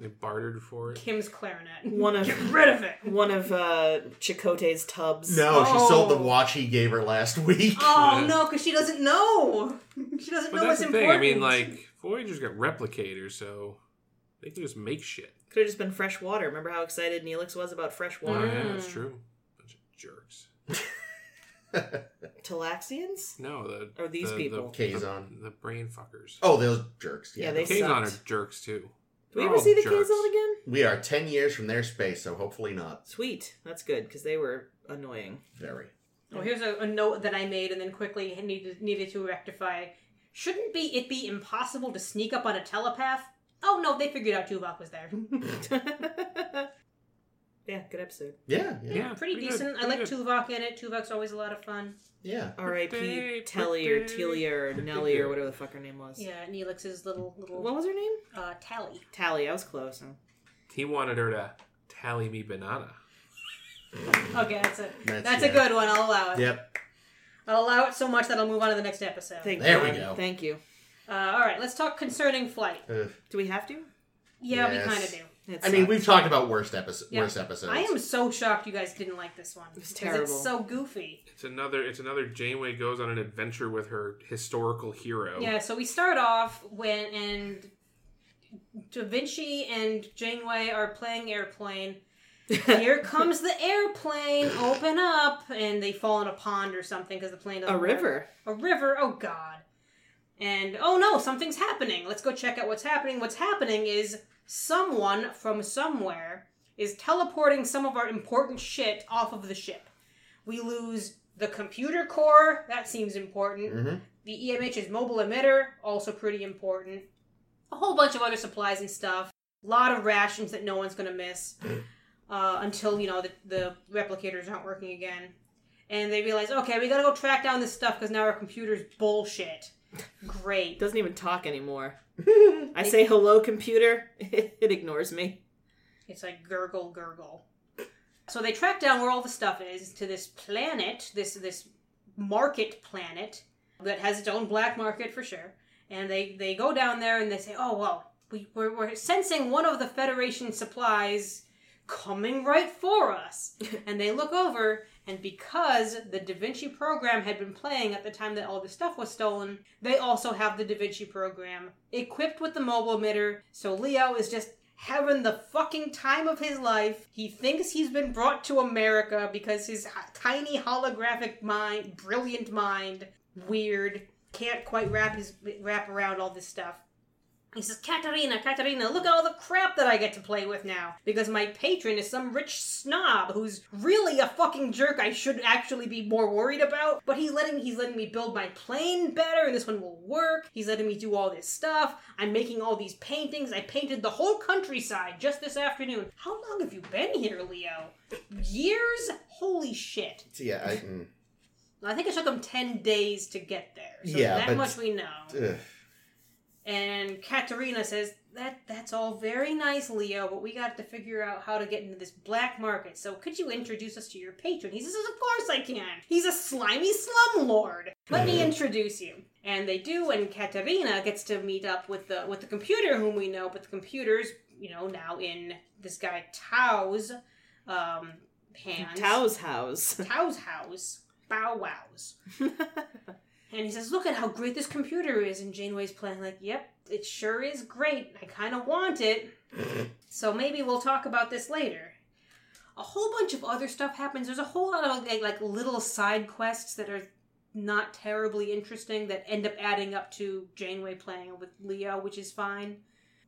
C: They bartered for it.
A: Kim's clarinet.
B: One of
A: Get rid of it.
B: one of uh, Chakotay's tubs.
D: No, she sold the
A: Oh.
D: watch he gave her last (laughs) week.
A: Oh no, because she doesn't know. She doesn't
C: But
A: know what's
C: that's the thing.
A: important.
C: I mean, like, Voyager's got replicators, so they can just make shit.
B: Could have just been fresh water. Remember how excited Neelix was about fresh
C: Oh,
B: water?
C: yeah, that's true. Bunch of jerks.
B: Talaxians?
C: No, the.
B: Or these
C: the,
B: people.
C: The,
D: Kazon.
C: The, the brain fuckers.
D: Oh, those jerks. Yeah,
B: Yeah, they
C: Kazon
B: sucked.
C: are jerks, too.
B: Do we
C: They're
B: ever
C: all
B: see the
C: Oh, jerks.
B: Kazon again?
D: we are ten years from their space, so hopefully not
B: Sweet. That's good because they were annoying. (laughs)
D: very.
A: oh, here's a, a note that I made and then quickly needed needed to rectify. Shouldn't be it be impossible to sneak up on a telepath? Oh no, they figured out Tuvok was there.
C: Hmm,
B: yeah, good episode.
D: Yeah,
C: Yeah.
D: yeah,
A: Pretty,
C: good,
A: decent. I
C: pretty
A: like
C: good.
A: Tuvok in it. Tuvok's always a lot of fun.
D: yeah.
B: R.I.P.
C: Pretty,
B: Telly or
C: pretty,
B: Telia or
C: pretty
B: Nelly or
C: good.
B: whatever the fuck her name was.
A: Yeah, Neelix's little little
B: What was her name?
A: uh, tally.
B: Tally. I was close. huh?
C: He wanted her to tally me banana.
A: Okay, that's a
D: That's-
A: that's, a
D: yeah.
A: good one. I'll allow it.
D: Yep.
A: I'll allow it so much that I'll move on to the next episode.
B: Thank
D: There we
B: God.
D: go.
B: Thank you.
A: uh, all right, let's talk concerning flight.
D: Ugh.
B: Do we have to?
A: Yeah,
D: Yes.
A: we kind of do.
B: It
D: I mean,
B: sucked.
D: we've talked about worst episode,
A: Yeah.
D: worst episodes.
A: I am so shocked you guys didn't like this one.
B: was
A: 'cause
B: terrible.
A: It's so goofy.
C: It's another. It's another. Janeway goes on an adventure with her historical hero.
A: Yeah, so we start off when and Da Vinci and Janeway are playing airplane. Here comes the airplane. Open up, and they fall in a pond or something because the plane doesn't
B: (laughs) a
A: work.
B: river.
A: a river. Oh God! And oh no, something's happening. Let's go check out what's happening. What's happening is someone from somewhere is teleporting some of our important shit off of the ship. We lose the computer core. That seems important.
D: Mhm.
A: The E EMH's mobile emitter, also pretty important. A whole bunch of other supplies and stuff. A lot of rations that no one's gonna miss uh, until you know the, the replicators aren't working again. And they realize, okay, we gotta go track down this stuff because now our computer's bullshit. Great.
B: Doesn't even talk
D: (laughs)
B: anymore. I say (laughs) hello, computer. It ignores me.
A: It's like gurgle, gurgle. So they track down where all the stuff is to this planet, this this market planet that has its own black market for sure. And they they go down there and they say, "Oh well, we we're, we're sensing one of the Federation supplies coming right for us." and they look over. And because the Da Vinci program had been playing at the time that all the stuff was stolen, they also have the Da Vinci program equipped with the mobile emitter. So Leo is just having the fucking time of his life. He thinks he's been brought to America because his h- tiny holographic mind, brilliant mind, weird, can't quite wrap his wrap around all this stuff. He says, Katerina, Katerina, look at all the crap that I get to play with now. Because my patron is some rich snob who's really a fucking jerk I should actually be more worried about. But he's letting he's letting me build my plane better, and this one will work. He's letting me do all this stuff. I'm making all these paintings. I painted the whole countryside just this afternoon. How long have you been here, Leo? Years? Holy shit.
D: So, yeah, I, mm,
A: I think it took him ten days to get there. So
D: Yeah,
A: that
D: but-
A: much we know.
D: ugh.
A: And Katerina says, that, that's all very nice, Leo, but we got to figure out how to get into this black market. So could you introduce us to your patron? He says, Of course I can. He's a slimy slumlord. Let me introduce you. And they do, and Katerina gets to meet up with the with the computer whom we know, but the computer's, you know, now in this guy Tao's um hands.
B: Tao's house. (laughs)
A: Tao's house. Bow wows. And he says, Look at how great this computer is. And Janeway's playing, like, Yep, it sure is great. I kind of want it. so maybe we'll talk about this later. A whole bunch of other stuff happens. There's a whole lot of like, like little side quests that are not terribly interesting that end up adding up to Janeway playing with Leo, which is fine.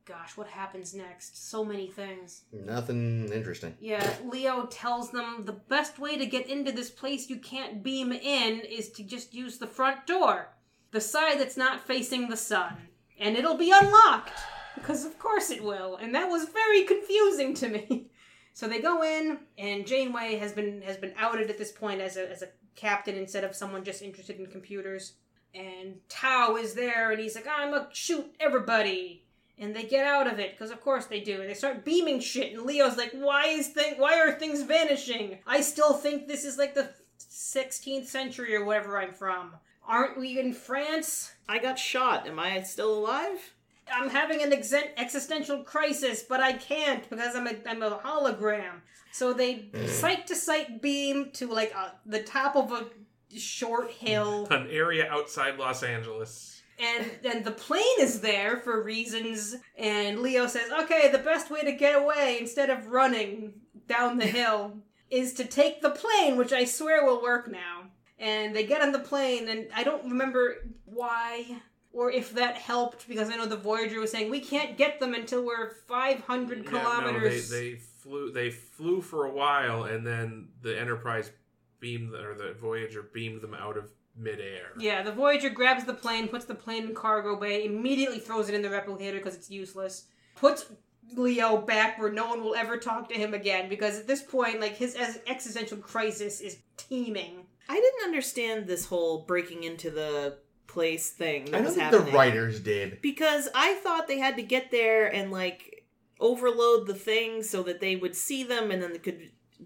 A: Gosh, what happens next? So many things.
D: nothing interesting.
A: Yeah, Leo tells them the best way to get into this place you can't beam in is to just use the front door, the side that's not facing the sun, and it'll be unlocked. Because of course it will, and that was very confusing to me. (laughs) So they go in, and Janeway has been has been outed at this point as a as a captain instead of someone just interested in computers. And Tao is there, and he's like, "I'm a shoot everybody," and they get out of it because of course they do and they start beaming shit and leo's like why is thing why are things vanishing i still think this is like the 16th century or wherever i'm from aren't we in france
B: I got shot. Am I still alive?
A: i'm having an exen- existential crisis but i can't because i'm a, I'm a hologram so they sight to sight beam to like uh the top of a short hill
C: An area outside Los Angeles.
A: and and the plane is there for reasons and leo says okay the best way to get away instead of running down the hill is to take the plane which i swear will work now and they get on the plane and i don't remember why or if that helped because i know the voyager was saying we can't get them until we're 500
C: Yeah, no,
A: kilometers
C: they, they flew. They flew for a while, and then the Enterprise beamed or the Voyager beamed them out of midair.
A: Yeah, the Voyager grabs the plane, puts the plane in cargo bay, immediately throws it in the replicator because it's useless. Puts Leo back where no one will ever talk to him again because at this point, like his ex- existential crisis is teeming.
B: I didn't understand this whole breaking into the place thing that
D: I don't
B: was
D: think
B: happening.
D: the writers did.
B: because I thought they had to get there and like overload the thing so that they would see them and then they could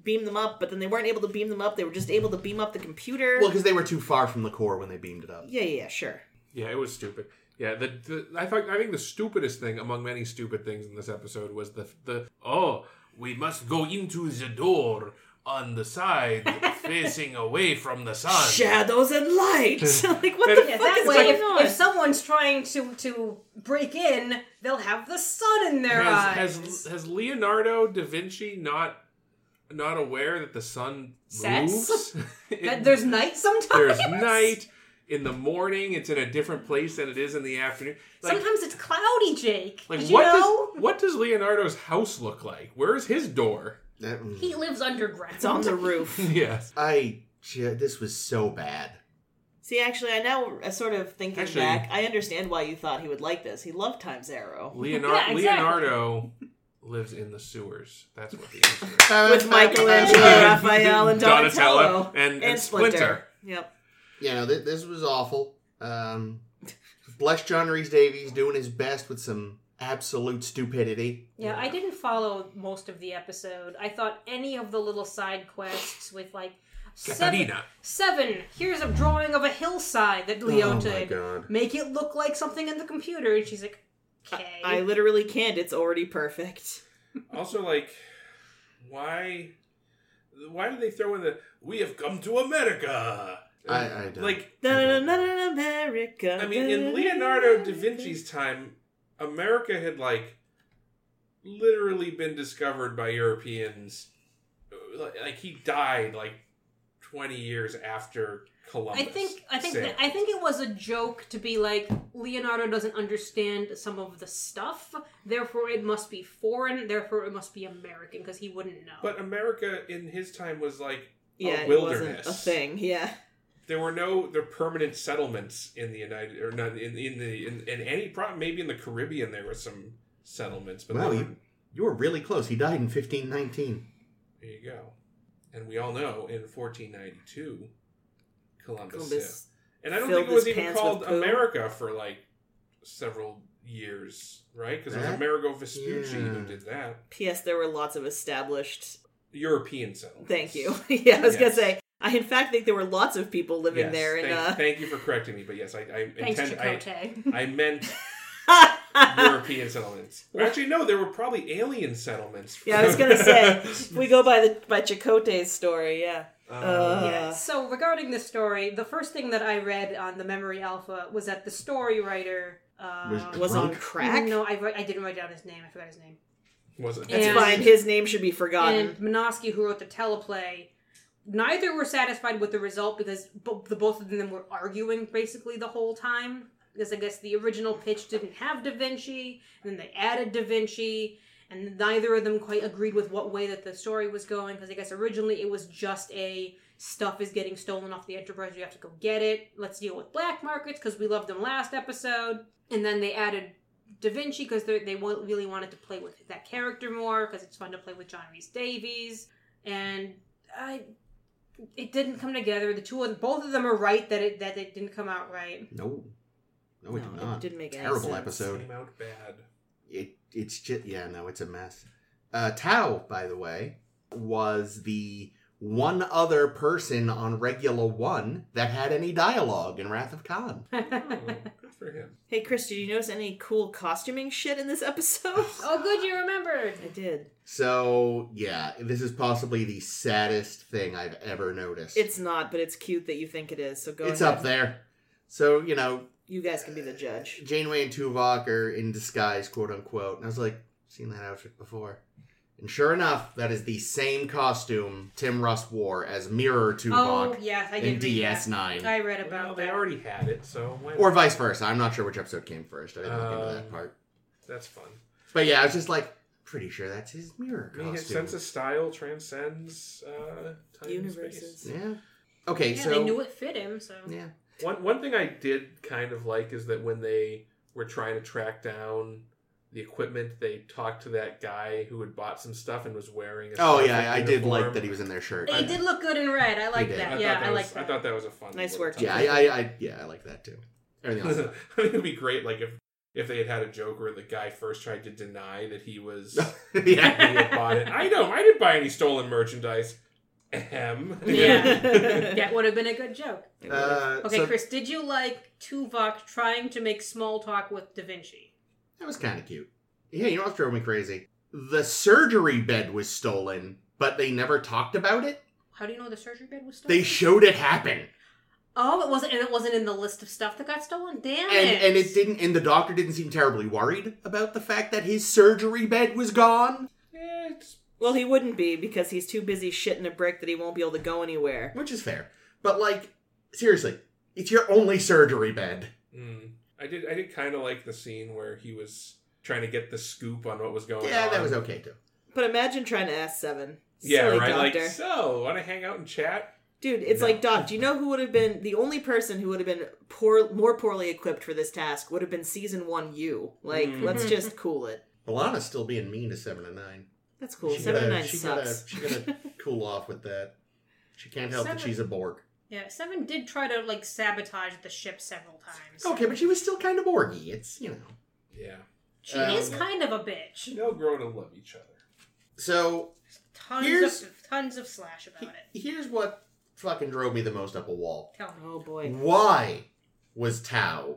B: beam them up, but then they weren't able to beam them up. They were just able to beam up the computer.
D: Well, because they were too far from the core when they beamed it up.
B: yeah, yeah, yeah, sure.
C: Yeah, it was stupid. Yeah, the, the I thought I think the stupidest thing among many stupid things in this episode was the the oh we must go into the door on
A: (laughs)
C: the side facing away from the sun.
B: Shadows and light.
C: (laughs)
B: (laughs) like what the
A: Yeah,
B: fuck
A: that
B: is
A: way,
B: going
A: if,
B: on?
A: if someone's trying to to break in, they'll have the sun in their eyes.
C: Has, has has Leonardo da Vinci not not aware that the sun
A: Sets? (laughs)
C: moves? It-
A: that there's night sometimes.
C: (laughs) there's night in the morning. It's in a different place than it is in the afternoon. Like,
A: sometimes it's cloudy, Jake.
C: like
A: Did you
C: what
A: know?
C: does what does Leonardo's house look like? Where's his door? (laughs)
D: That- mm.
A: He lives underground.
B: it's on the roof.
C: yes.
D: I ju- this was so bad.
B: See, actually, I now uh, sort of thinking
C: Actually-
B: back, I understand why you thought he would like this. He loved Time's Arrow.
C: Leonardo
A: Yeah, exactly.
C: Leonardo lives in the sewers. That's what the answer is.
B: With
D: (laughs)
B: Michelangelo, Raphael,
C: (laughs)
B: and Donatello.
C: and, and, Splinter.
B: Yep.
D: You know, th- this was awful. Um, bless John Reese Davies doing his best with some absolute stupidity.
A: Yeah, I
C: Yeah.
A: didn't follow most of the episode. I thought any of the little side quests with like seven,
C: Katarina.
A: seven here's a drawing of a hillside that Leo
D: oh my
A: did.
D: god.
A: Make it look like something in the computer, and she's like, "Okay."
B: I literally can't. It's already perfect.
C: Also, like, why? Why did they throw in the "We have come to America"?
D: I- I don't-
C: like.
B: Dun-dun-dun-dun, America.
C: I mean, in Leonardo da Vinci's time, America had like literally been discovered by Europeans. Like- Like he died like twenty years after Columbus.
A: I think I think
C: sailed.
A: that, I think it was a joke to be like Leonardo doesn't understand some of the stuff, therefore it must be foreign, therefore it must be American because he wouldn't know.
C: But America in his time was like
B: yeah,
C: a
B: it wasn't a
C: wilderness.
B: thing. Yeah.
C: there were no there were permanent settlements in the United or not in in the in, in any problem. Maybe in the Caribbean there were some settlements, but
D: Wow,
C: they
D: you-
C: were-
D: You were really close. He died in 1519.
C: there you go. And we all know in 1492, Columbus, sailed.
B: Columbus.
C: And I don't
B: filled
C: think it was
B: his
C: even
B: pants
C: called
B: with poo.
C: America for like several years, right? Because it was
D: That-
C: Amerigo Vespucci who
D: yeah.
C: did that.
B: P.S. There were lots of established.
C: European settlements.
B: Thank you. (laughs) yeah, I was gonna
C: Yes.
B: say. I in fact think there were lots of people living
C: Yes,
B: there, uh,
C: thank,
B: and
C: thank you for correcting me, but yes, I, I
A: Thanks,
C: intend I,
A: Chakotay.
C: I meant
B: (laughs) uh,
C: European settlements. Actually, no, there were probably alien settlements.
B: Yeah, I was gonna say,
D: (laughs)
B: we go by the by Chicote's story. Yeah.
C: (laughs) Um,
B: Uh,
A: yeah. So regarding this story, the first thing that I read on the Memory Alpha was that the story writer uh,
D: Was-
B: was on
D: Drunk?
B: crack.
A: No, I, wrote- I didn't write down his name. I forgot his name.
C: was it?
B: That's
A: And-
B: fine. His name should be forgotten.
A: and Minosky, who wrote the teleplay, neither were satisfied with the result because bo- the both of them were arguing basically the whole time. Because I guess the original pitch didn't have Da Vinci, and then they added Da Vinci, and neither of them quite agreed with what way that the story was going. Because I guess originally it was just a stuff is getting stolen off the Enterprise, you have to go get it. Let's deal with black markets because we loved them last episode. And then they added Da Vinci because they wa- really wanted to play with that character more because it's fun to play with John Reese Davies. And I, it didn't come together. The two, of, both of them are right that it that it didn't come out right. (laughs)
D: No. No, it
B: No,
D: did
B: it
D: not.
B: didn't make any
D: Terrible
B: sense.
D: episode.
C: Came
B: (laughs)
C: out bad.
D: It, it's just, yeah, no, it's a mess. Uh, Tao, by the way, was the one other person on Regular One that had any dialogue in Wrath of Khan.
C: Oh, good for him.
B: hey, Chris, did you notice any cool costuming shit in this
D: (laughs)
B: episode?
A: oh, good, you remembered.
B: I did.
D: So, yeah, this is possibly the saddest thing I've ever noticed.
B: It's not, but it's cute that you think it is. So go.
D: it's
B: ahead.
D: up there. So, you know,
B: You guys can be the judge.
D: Janeway and Tuvok are in disguise, quote unquote. And I was like, seen that outfit before. And sure enough, that is the same costume Tim Russ wore as Mirror
A: Oh
D: Tuvok
A: yes, I
D: in
A: did. Read that.
D: DS9.
A: I read about
C: Well,
A: that.
C: they already had it, so why
D: Or
C: not?
D: vice versa. I'm not sure which episode came first. I didn't look into
C: Um,
D: that part.
C: that's fun.
D: But yeah, I was just like, pretty sure that's his mirror
C: I mean, his
D: costume.
C: sense of style transcends uh, time And space.
B: Universes.
D: Yeah. Okay,
A: yeah,
D: so.
A: they knew it fit him. So
D: Yeah.
C: One one thing I did kind of like is that when they were trying to track down the equipment, they talked to that guy who had bought some stuff and was wearing. A
D: Oh
C: Starfleet
D: yeah, I did like
C: uniform.
D: that he was in their shirt.
A: they did look good in red. I like
D: did.
A: that.
C: I
A: yeah,
C: thought that
A: I
C: was,
A: like that.
C: I thought that was a fun.
B: Nice
C: little
B: work,
C: touch.
D: Yeah, I, I, I yeah, I like that too. Everything else. (laughs)
C: (laughs) I mean, it'd be great like if if they had had a joke where the guy first tried to deny that he was
D: (laughs) yeah.
C: he had bought it. I know I didn't buy any stolen merchandise.
B: (laughs)
C: Ahem.
A: Yeah. (laughs)
C: (laughs)
A: that would have been a good
D: (laughs)
A: joke.
D: Uh,
A: (laughs) Okay,
D: so
A: Chris, did you like Tuvok trying to make small talk with Da Vinci?
D: That was kind of cute. Yeah, you know what drove me crazy? The surgery bed was stolen, but they never talked about it.
A: How do you know the surgery bed was stolen?
D: They showed it happen,
A: oh, it wasn't, and it wasn't in the list of stuff that got stolen. Damn
D: and
A: it!
D: and it didn't. And the doctor didn't seem terribly worried about the fact that his surgery bed was gone.
C: Eh, it's-
B: Well, he wouldn't be because he's too busy shitting a brick that he won't be able to go anywhere.
D: Which is fair, but like seriously, it's your only surgery bed.
C: Mm. I did. I did kind of like the scene where he was trying to get the scoop on what was going on.
D: Yeah, that was okay too.
B: But imagine trying to ask seven.
C: Yeah,
B: Silly
C: right.
B: doctor.
C: Like, so want to hang out and chat?
B: Dude, it's
C: No.
B: like Doc. Do you know who would have been the only person who would have been poor, more poorly equipped for this task? Would have been season one. You like,
D: Mm-hmm.
C: Mm.
B: let's just cool it.
D: Alana's still being mean to seven and nine.
B: That's cool.
D: She
B: Seven to
D: gotta-
B: nine
D: she
B: sucks.
D: Gotta, she
B: (laughs)
D: gotta cool off with that. She can't help that
A: Seven-
D: she's a Borg.
A: yeah, Seven did try to like sabotage the ship several times.
D: Okay, but she was still kind of Borgy. It's you know.
C: Yeah.
A: She
D: Um,
A: is kind of a bitch.
C: They'll grow to love each other.
D: So
A: Tons
D: Here's-
A: of tons of slash about
D: he-
A: it.
D: here's what fucking drove me the most up a wall.
A: Tell me.
B: Oh
D: Mm.
B: boy.
D: Why was Tao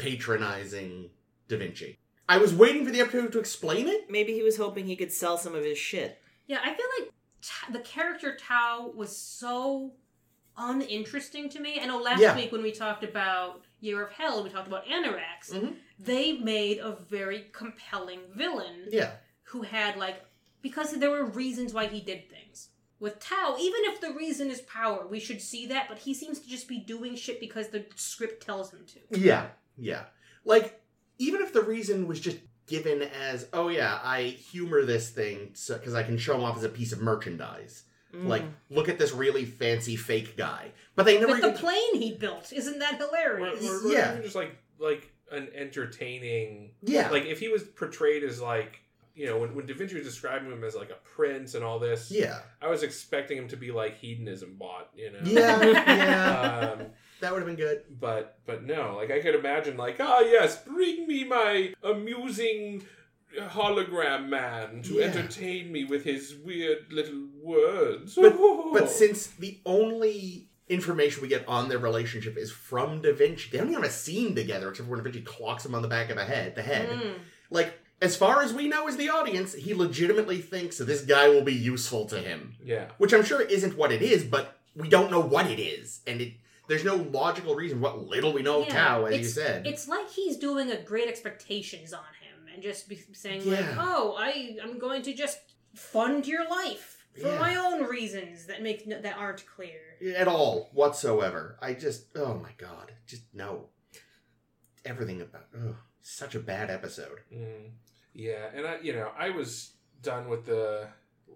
D: patronizing Da Vinci? I was waiting for the episode to explain it.
B: Maybe he was hoping he could sell some of his shit.
A: Yeah, I feel like Ta the character Tao was so uninteresting to me. I know last
D: Yeah.
A: week when we talked about Year of Hell, we talked about Anorax.
D: Mhm.
A: They made a very compelling villain
D: Yeah.
A: who had like because there were reasons why he did things. With Tao, even if the reason is power, we should see that, but he seems to just be doing shit because the script tells him to.
D: Yeah, yeah. Like, even if the reason was just given as, oh yeah, I humor this thing because I can show him off as a piece of merchandise.
B: Mm.
D: Like, look at this really fancy fake guy. But they never
A: With the
D: even.
A: plane he built, isn't that
C: Or, or,
A: hilarious?
C: or
D: Yeah.
C: even just like like an entertaining
D: yeah,
C: like if he was portrayed as like you know when, when da vinci was describing him as like a prince and all this
D: yeah,
C: i was expecting him to be like hedonism bot you know
D: yeah, (laughs) yeah.
C: um,
D: That would have been good.
C: but but no like i could imagine like ah yes bring me my amusing hologram man to
D: Yeah.
C: entertain me with his weird little words (laughs)
D: But since the only information we get on their relationship is from Da Vinci, they don't even have a scene together except for when Da Vinci clocks him on the back of the head. The head.
A: Mm.
D: Like, as far as we know, as the audience, he legitimately thinks that this guy will be useful to him.
C: yeah
D: which I'm sure isn't what it is, but we don't know what it is, and it there's no logical reason what little we know of
A: Yeah,
D: Oh, Tao, as you said.
A: It's like he's doing a great expectations on him and just be saying like,
D: Yeah.
A: "Oh, I I'm going to just fund your life for
D: Yeah.
A: my own reasons that make no, that aren't clear."
D: at all whatsoever. I just oh my god, just no. Everything about ugh, such a bad episode.
C: Mm. Yeah, and I, you know, I was done with the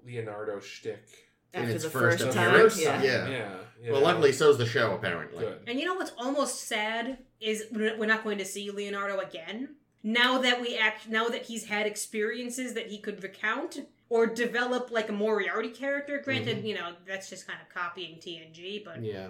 C: Leonardo shtick.
D: In
B: After
D: its
B: the
D: first
B: first,
C: the
B: time.
D: appearance?
B: Yeah.
C: yeah. you
D: Well,
C: know,
D: luckily, so's the show apparently.
C: good.
A: And you know what's almost sad is we're we're not going to see Leonardo again. Now that we act, now that he's had experiences that he could recount or develop like a Moriarty character. Granted, you know that's just kind of copying TNG, but
D: Yeah,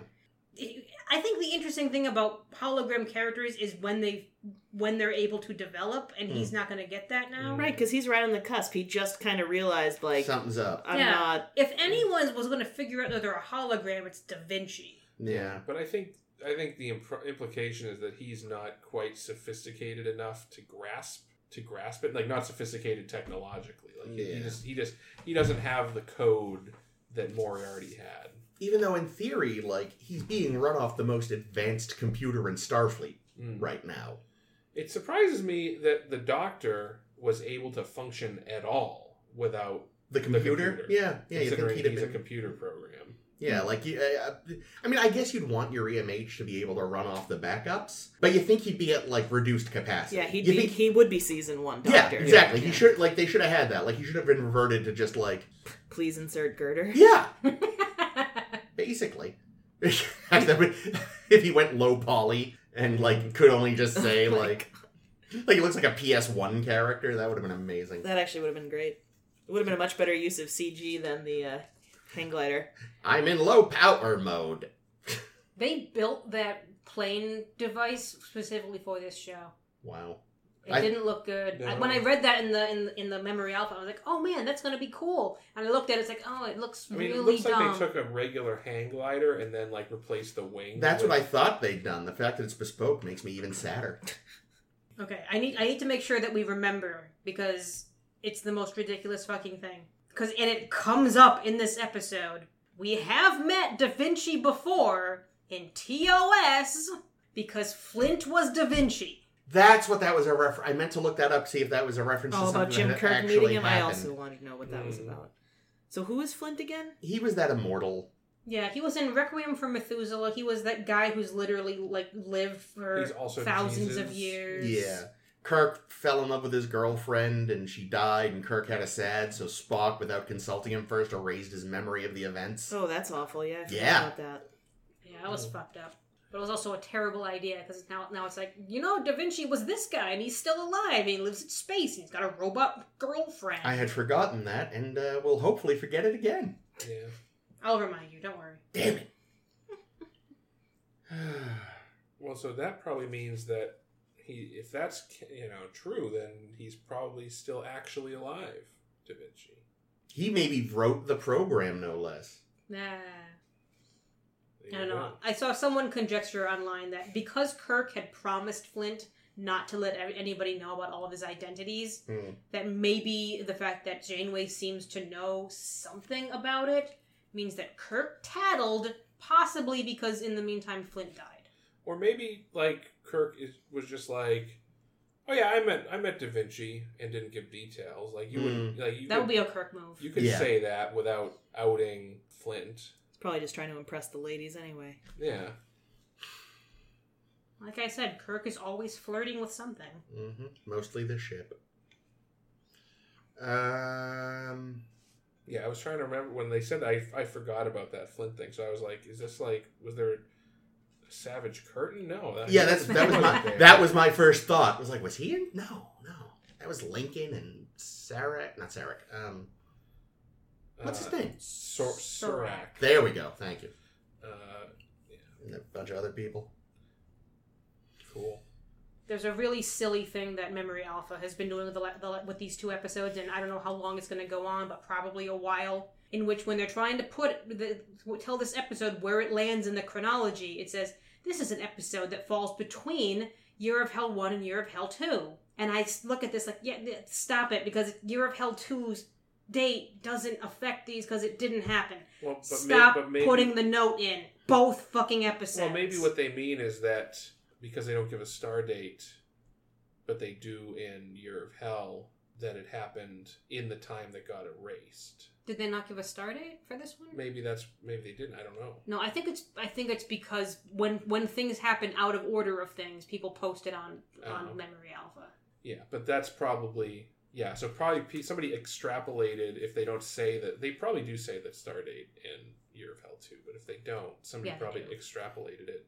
A: I think the interesting thing about hologram characters is when they when they're able to develop, and he's not going to get that now.
B: Right, because he's right on the cusp. He just kind of realized, like,
D: something's up.
B: I'm
A: Yeah.
B: not.
A: If anyone was going to figure out that they're a hologram, it's Da Vinci.
D: Yeah,
C: But I think I think the imp- implication is that he's not quite sophisticated enough to grasp to grasp it, like not sophisticated technologically. Like he, he
D: Yeah.
C: just he just he doesn't have the code that Moriarty had.
D: even though in theory, like he's being run off the most advanced computer in Starfleet
C: Mm.
D: right now.
C: It surprises me that the Doctor was able to function at all without
D: The computer,
C: computer.
D: yeah, yeah. You think
C: considering
D: he'd have
C: he's
D: been
C: a computer program.
D: Yeah, like you, uh, I mean, I guess you'd want your EMH to be able to run off the backups, but you think he'd be at like reduced capacity.
B: Yeah, he'd
D: you
B: be, he would be season one
D: yeah,
B: doctor.
D: exactly.
B: Yeah.
D: He should like they should have had that. Like he should have been reverted to just like
B: Please insert girder. (laughs)
D: yeah, basically. (laughs) That would- if he went low poly and like could only just say
B: Oh my
D: like like he looks like a PS one character, that would have been amazing.
B: That actually would have been great. It would have been a much better use of CG than the uh, hang glider.
D: I'm in low power mode.
A: They built that plane device specifically for this show.
D: Wow.
A: It
D: I-
A: didn't look good. I- when I
C: No.
A: read that in the in, in the memory alpha, I was like, "Oh man, that's going to be cool." And I looked at it, it's like, "Oh, it looks
C: I mean,
A: really
C: it looks
A: dumb."
C: like they took a regular hang glider and then like replaced the wing.
D: That's what I
C: with-
D: thought they'd done. The fact that it's bespoke makes me even sadder.
A: Okay, I need I need to make sure that we remember because it's the most ridiculous fucking thing. Because and it comes up in this episode. We have met Da Vinci before in TOS because Flint was Da Vinci.
D: That's what that was a reference. I meant to look that up, see if that was a reference to
B: Oh,
D: something
B: about Jim
D: that had
B: Kirk
D: actually
B: meeting him. I
D: happened.
B: also wanted to know what that was
C: Mm.
B: about. So who is Flint again?
D: He was that immortal.
A: Yeah, he was in Requiem for Methuselah. He was that guy who's literally like lived for
C: He's also
A: thousands of
C: Jesus.
A: years.
D: Yeah. Kirk fell in love with his girlfriend, and she died, and Kirk had a sad. So Spock, without consulting him first, erased his memory of the events.
B: Oh, that's awful. Yeah, I forgot
D: Yeah.
B: about that.
A: Yeah, that was fucked up. But it was also a terrible idea because now now it's like you know Da Vinci was this guy and he's still alive and he lives in space and he's got a robot girlfriend.
D: I had forgotten that, and uh, will hopefully forget it again.
C: Yeah.
A: I'll remind you. Don't worry.
D: Damn it! (sighs)
C: Well, so that probably means that he, if that's you know true, then he's probably still actually alive, Da Vinci.
D: He maybe wrote the program, no less.
A: Nah.
C: There
A: I
C: you
A: don't know.
C: go.
A: I saw someone conjecture online that because Kirk had promised Flint not to let ev- anybody know about all of his identities,
D: Hmm.
A: that maybe the fact that Janeway seems to know something about it means that Kirk tattled, possibly because in the meantime Flint died.
C: Or maybe like Kirk is, was just like, oh yeah, I met I met Da Vinci and didn't give details. Like you would like you
A: That
C: could,
A: would be a Kirk move.
C: you could
D: Hmm. Yeah.
C: say that without outing Flint.
B: It's probably just trying to impress the ladies anyway.
C: Yeah,
A: Like I said, Kirk is always flirting with something.
D: hmm Mostly the ship. Um,
C: yeah. I was trying to remember when they said that, I I forgot about that Flint thing. So I was like, is this like was there a Savage Curtain? No. That,
D: yeah, that's
C: (laughs)
D: that was my that was my first thought. I was like, was he in? No, no, that was Lincoln and Sarek, not Sarek. Um, what's
C: Uh,
B: Uh,
D: his name?
C: Sor- Serac.
D: There we go. Thank you.
C: Uh,
D: And a bunch of other people.
C: cool.
A: There's a really silly thing that Memory Alpha has been doing with, the, le- the, le- with these two episodes, and I don't know how long it's going to go on, but probably a while. In which, when they're trying to put the, tell this episode where it lands in the chronology, it says this is an episode that falls between Year of Hell One and Year of Hell Two. And I s- look at this like, yeah, th- stop it, because Year of Hell 2's date doesn't affect these because it didn't happen.
C: Well, but may-
A: Stop
C: but maybe,
A: putting the note in both fucking episodes.
C: Well, maybe what they mean is that because they don't give a star date, but they do in Year of Hell, that it happened in the time that got erased.
A: did they not give a star date for this one?
C: Maybe that's maybe they didn't. I don't know.
A: No, I think it's I think it's because when when things happen out of order of things, people post it on on
C: Oh.
A: Memory Alpha.
C: Yeah, but that's probably yeah. So probably pe- somebody extrapolated if they don't say that they probably do say that star date in Year of Hell too. But if they don't, somebody
A: Yeah, they
C: probably
A: do.
C: extrapolated it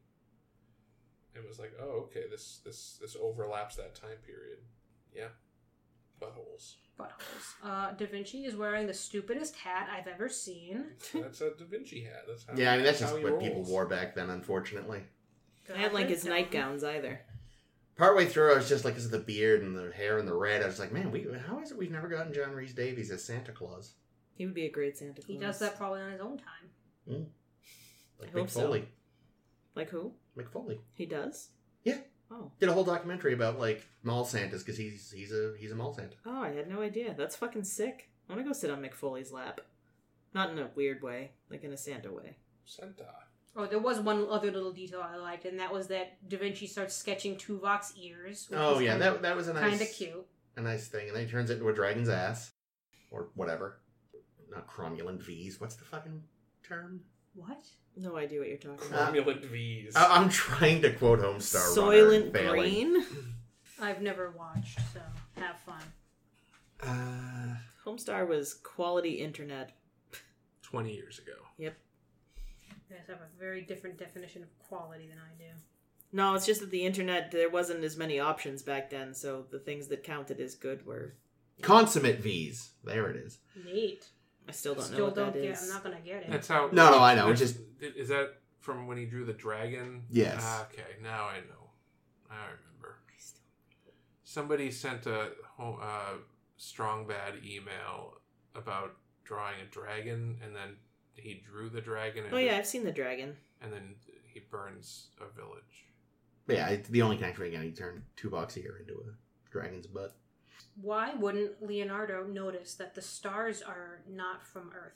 C: and was like, oh okay, this this this overlaps that time period. Yeah,
A: (laughs)
C: buttholes.
A: Buttholes. Uh, da Vinci is wearing the stupidest hat I've ever seen.
C: That's a Da Vinci hat. That's
B: Uh,
C: how.
D: Yeah, I mean that's just
C: how he
D: what
C: rolls.
D: people wore back then, unfortunately.
B: I didn't like his
A: Goddamn.
B: nightgowns either.
D: Partway through, I was just like, because of the beard and the hair and the red, I was like, man, we how is it we've never gotten John Reese Davies as Santa Claus?
B: He would be a great Santa Claus.
A: He does that probably on his own time.
D: Hmm. Like
B: I hope
D: Mick Foley.
B: Like who?
D: Mick Foley
B: He does.
D: Yeah.
B: Oh.
D: did a whole documentary about like mall Santas because he's he's a he's a mall Santa.
B: Oh, I had no idea. That's fucking sick. I want to go sit on McFoley's lap. Not in a weird way, like in a Santa way.
C: Santa.
D: Uh,
A: Oh, there was one other little detail I liked, and that was that Da Vinci starts sketching Tuvok's ears. which
D: Oh
A: was
D: yeah,
A: kinda-
D: that that was a nice
A: kinda cute.
D: a nice thing, and then he turns it into a dragon's ass or whatever. Not cromulent V's. What's the fucking term?
A: What?
B: No idea what you're talking about.
C: Cromulent V's.
D: I, I'm trying to quote Homestar. Runner and
B: Soylent
D: failing.
B: Green.
A: I've never watched, so have fun.
D: Uh,
B: Homestar was quality internet.
C: Twenty years ago.
A: You guys have a very different definition of quality than I do.
B: No, it's just that the internet there wasn't as many options back then, so the things that counted as good were.
D: consummate V's. There it is.
A: Neat.
B: I still don't know
A: Still
B: what
A: don't
B: that
A: get.
B: is.
A: I'm not gonna get it.
C: That's how.
D: No, no, I know,
C: That's-
D: just-
C: did- is that from when he drew the dragon?
D: Yes.
C: Ah, okay, now I know. I remember. Somebody sent a ho- uh, strong bad email about drawing a dragon, and then he drew the dragon. And
B: Oh yeah, I've seen the
C: (laughs)
B: dragon.
C: And then he burns a village.
D: But yeah, it's the only connection we got. He turned two box here into a dragon's butt.
A: Why wouldn't Leonardo notice that the stars are not from Earth?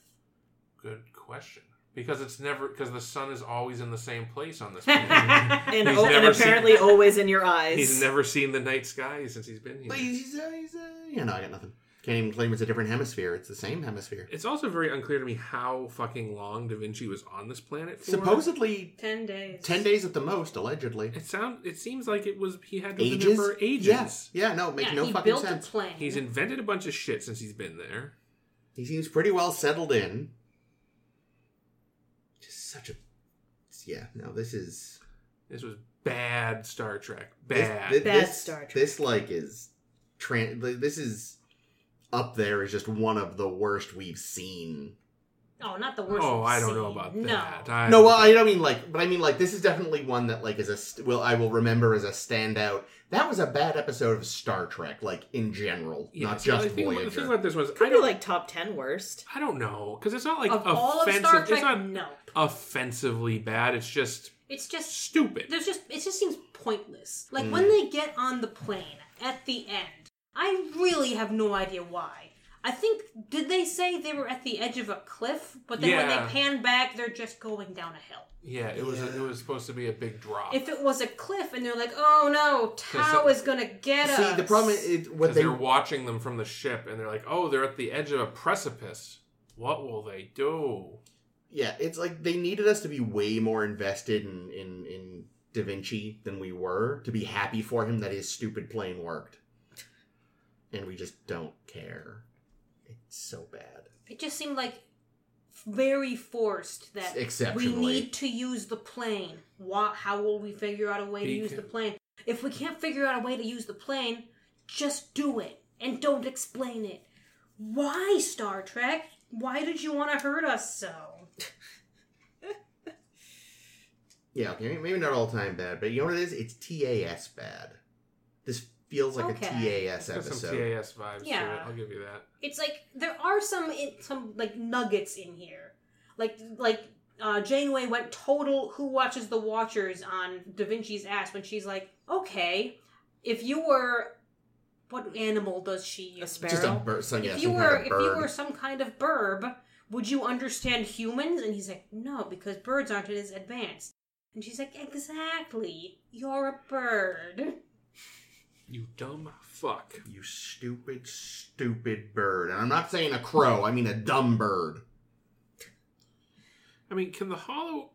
C: Good question. Because it's never because the sun is always in the same place on this
B: (laughs)
C: planet.
A: and
B: (laughs) And,
C: He's
B: oh, and
C: never seen-
B: apparently always in your eyes.
C: (laughs) He's never seen the night sky since he's been here.
D: But he's, he's, uh, he's uh, you know, I got nothing. Can't even claim it's a different hemisphere. It's the same hemisphere.
C: It's also very unclear to me how fucking long Da Vinci was on this planet for.
D: Supposedly,
A: ten days.
D: ten days at the most, allegedly.
C: It sound it seems like it was he had to live there
D: Ages?
C: for ages.
D: Yes. Yeah. No, it makes
A: Yeah,
D: no
A: he
D: fucking
A: built
D: sense.
A: a plane.
C: He's invented a bunch of shit since he's been there.
D: He seems pretty well settled in. Just such a. Yeah, no, this is.
C: This was bad Star Trek.
D: This,
C: Bad.
D: thi-
B: Bad
D: this-
B: Star Trek.
D: This, like, is. Tran- this is up there as just one of the worst we've seen
A: Oh, not the worst.
C: Oh,
A: we've
C: I don't know
A: seen.
C: about
A: no.
C: that. I
D: No, well, I don't mean like, but I mean like this is definitely one that like is a st- will I will remember as a standout. That was a bad episode of Star Trek, like in general,
C: Yeah,
D: not
C: so
D: just
C: the thing, about- The
D: Voyager.
C: thing about this was I
B: Could be
C: don't
B: like top ten worst.
C: I don't know because it's not like
A: of all of
C: offensive.
A: Star Trek,
C: it's not
A: no.
C: offensively bad. It's just
A: It's just
C: stupid.
A: there's just it just seems pointless. Like
D: Mm.
A: when they get on the plane at the end, I really have no idea why. I think did they say they were at the edge of a cliff, but then when
C: Yeah.
A: they pan back, they're just going down a hill.
C: Yeah, it was
D: Yeah.
C: it was supposed to be a big drop.
A: If it was a cliff and they're like, "Oh no, Tao
C: so-
A: is gonna get us."
D: See, the problem is it, what
C: because
D: they
C: they're watching them from the ship and they're like, oh, they're at the edge of a precipice. What will they do?
D: yeah, it's like they needed us to be way more invested in in in Da Vinci than we were to be happy for him that his stupid plane worked, and we just don't care. It's so bad.
A: it just seemed like very forced that we
D: Exceptionally.
A: need to use the plane. Wha how will we figure out a way to use the
C: Beacon.
A: plane? If we can't figure out a way to use the plane, just do it and don't explain it. Why, Star Trek? Why did you want to hurt us so?
D: Yeah, okay, maybe not all time bad, but you know what it is? It's TAS bad. This feels like
A: Okay.
D: a
C: It's
D: TAS
C: got some
D: episode.
C: TAS vibes to it.
A: Yeah.
C: I'll give you that.
A: It's like there are some in- some like nuggets in here, like like uh, Janeway went total who watches the Watchers on Da Vinci's ass when she's like, okay, if you were, what animal does she use?
B: A sparrow.
D: Just a bird. So, yeah,
A: if you
D: some
A: were
D: kind
A: if
D: of
A: you
D: bird.
A: were some kind of burb, would you understand humans? And he's like, no, because birds aren't as advanced. And she's like, exactly. You're a bird.
C: You dumb fuck.
D: You stupid, stupid bird. And I'm not saying a crow, I mean a dumb bird.
C: I mean, can the hollow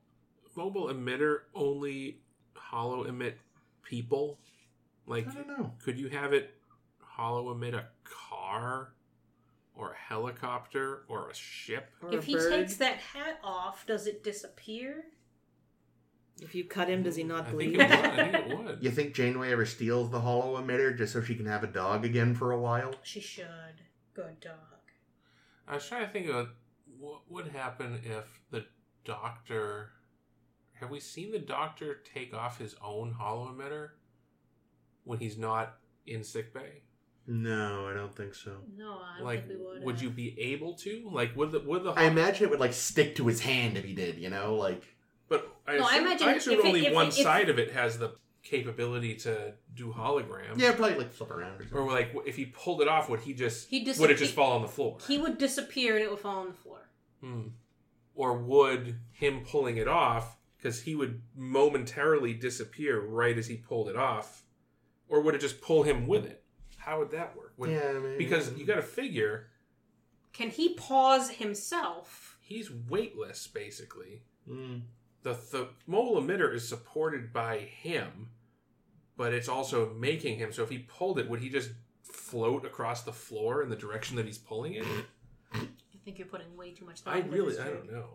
C: mobile emitter only hollow emit people? Like,
D: I don't know.
C: could you have it hollow emit a car or a helicopter or a ship?
B: Or
A: if
B: a
A: he
B: bird.
A: takes that hat off, does it disappear?
B: if you cut him, does he not
C: I
B: bleed?
C: think it would. I think it would.
D: (laughs) You think Janeway ever steals the hollow emitter just so she can have a dog again for a while?
A: She should. Good dog.
C: I was trying to think of what would happen if the doctor. Have we seen the doctor take off his own hollow emitter when he's not in sickbay?
D: No, I don't think so.
A: No, I don't
C: Like,
A: think we would. uh.
C: would you
A: have.
C: be able to? Like, would the would the
D: I imagine it would like stick to his hand if he did, you know? Like,
C: But I
A: No, I
C: assume, I
A: imagine
C: assume
A: if it-
C: only
A: if
C: one
A: it- if-
C: side of it has the capability to do hologram.
D: yeah, probably like flip around or something.
C: Or like, if he pulled it off, would he just
A: He'd just-
C: would it
A: he-
C: just fall on the floor?
A: He would disappear and it would fall on the floor.
C: Hmm. Or would him pulling it off, because he would momentarily disappear right as he pulled it off, or would it just pull him with it? How would that work? Would-
D: yeah, maybe.
C: Because you got to figure
A: Can he pause himself?
C: he's weightless basically.
D: Mm.
C: The the mole emitter is supported by him, but it's also making him. So if he pulled it, would he just float across the floor in the direction that he's pulling it?
A: I think you're putting way too much thought
C: I
A: into
C: really
A: this,
C: I
A: Drew.
C: don't know.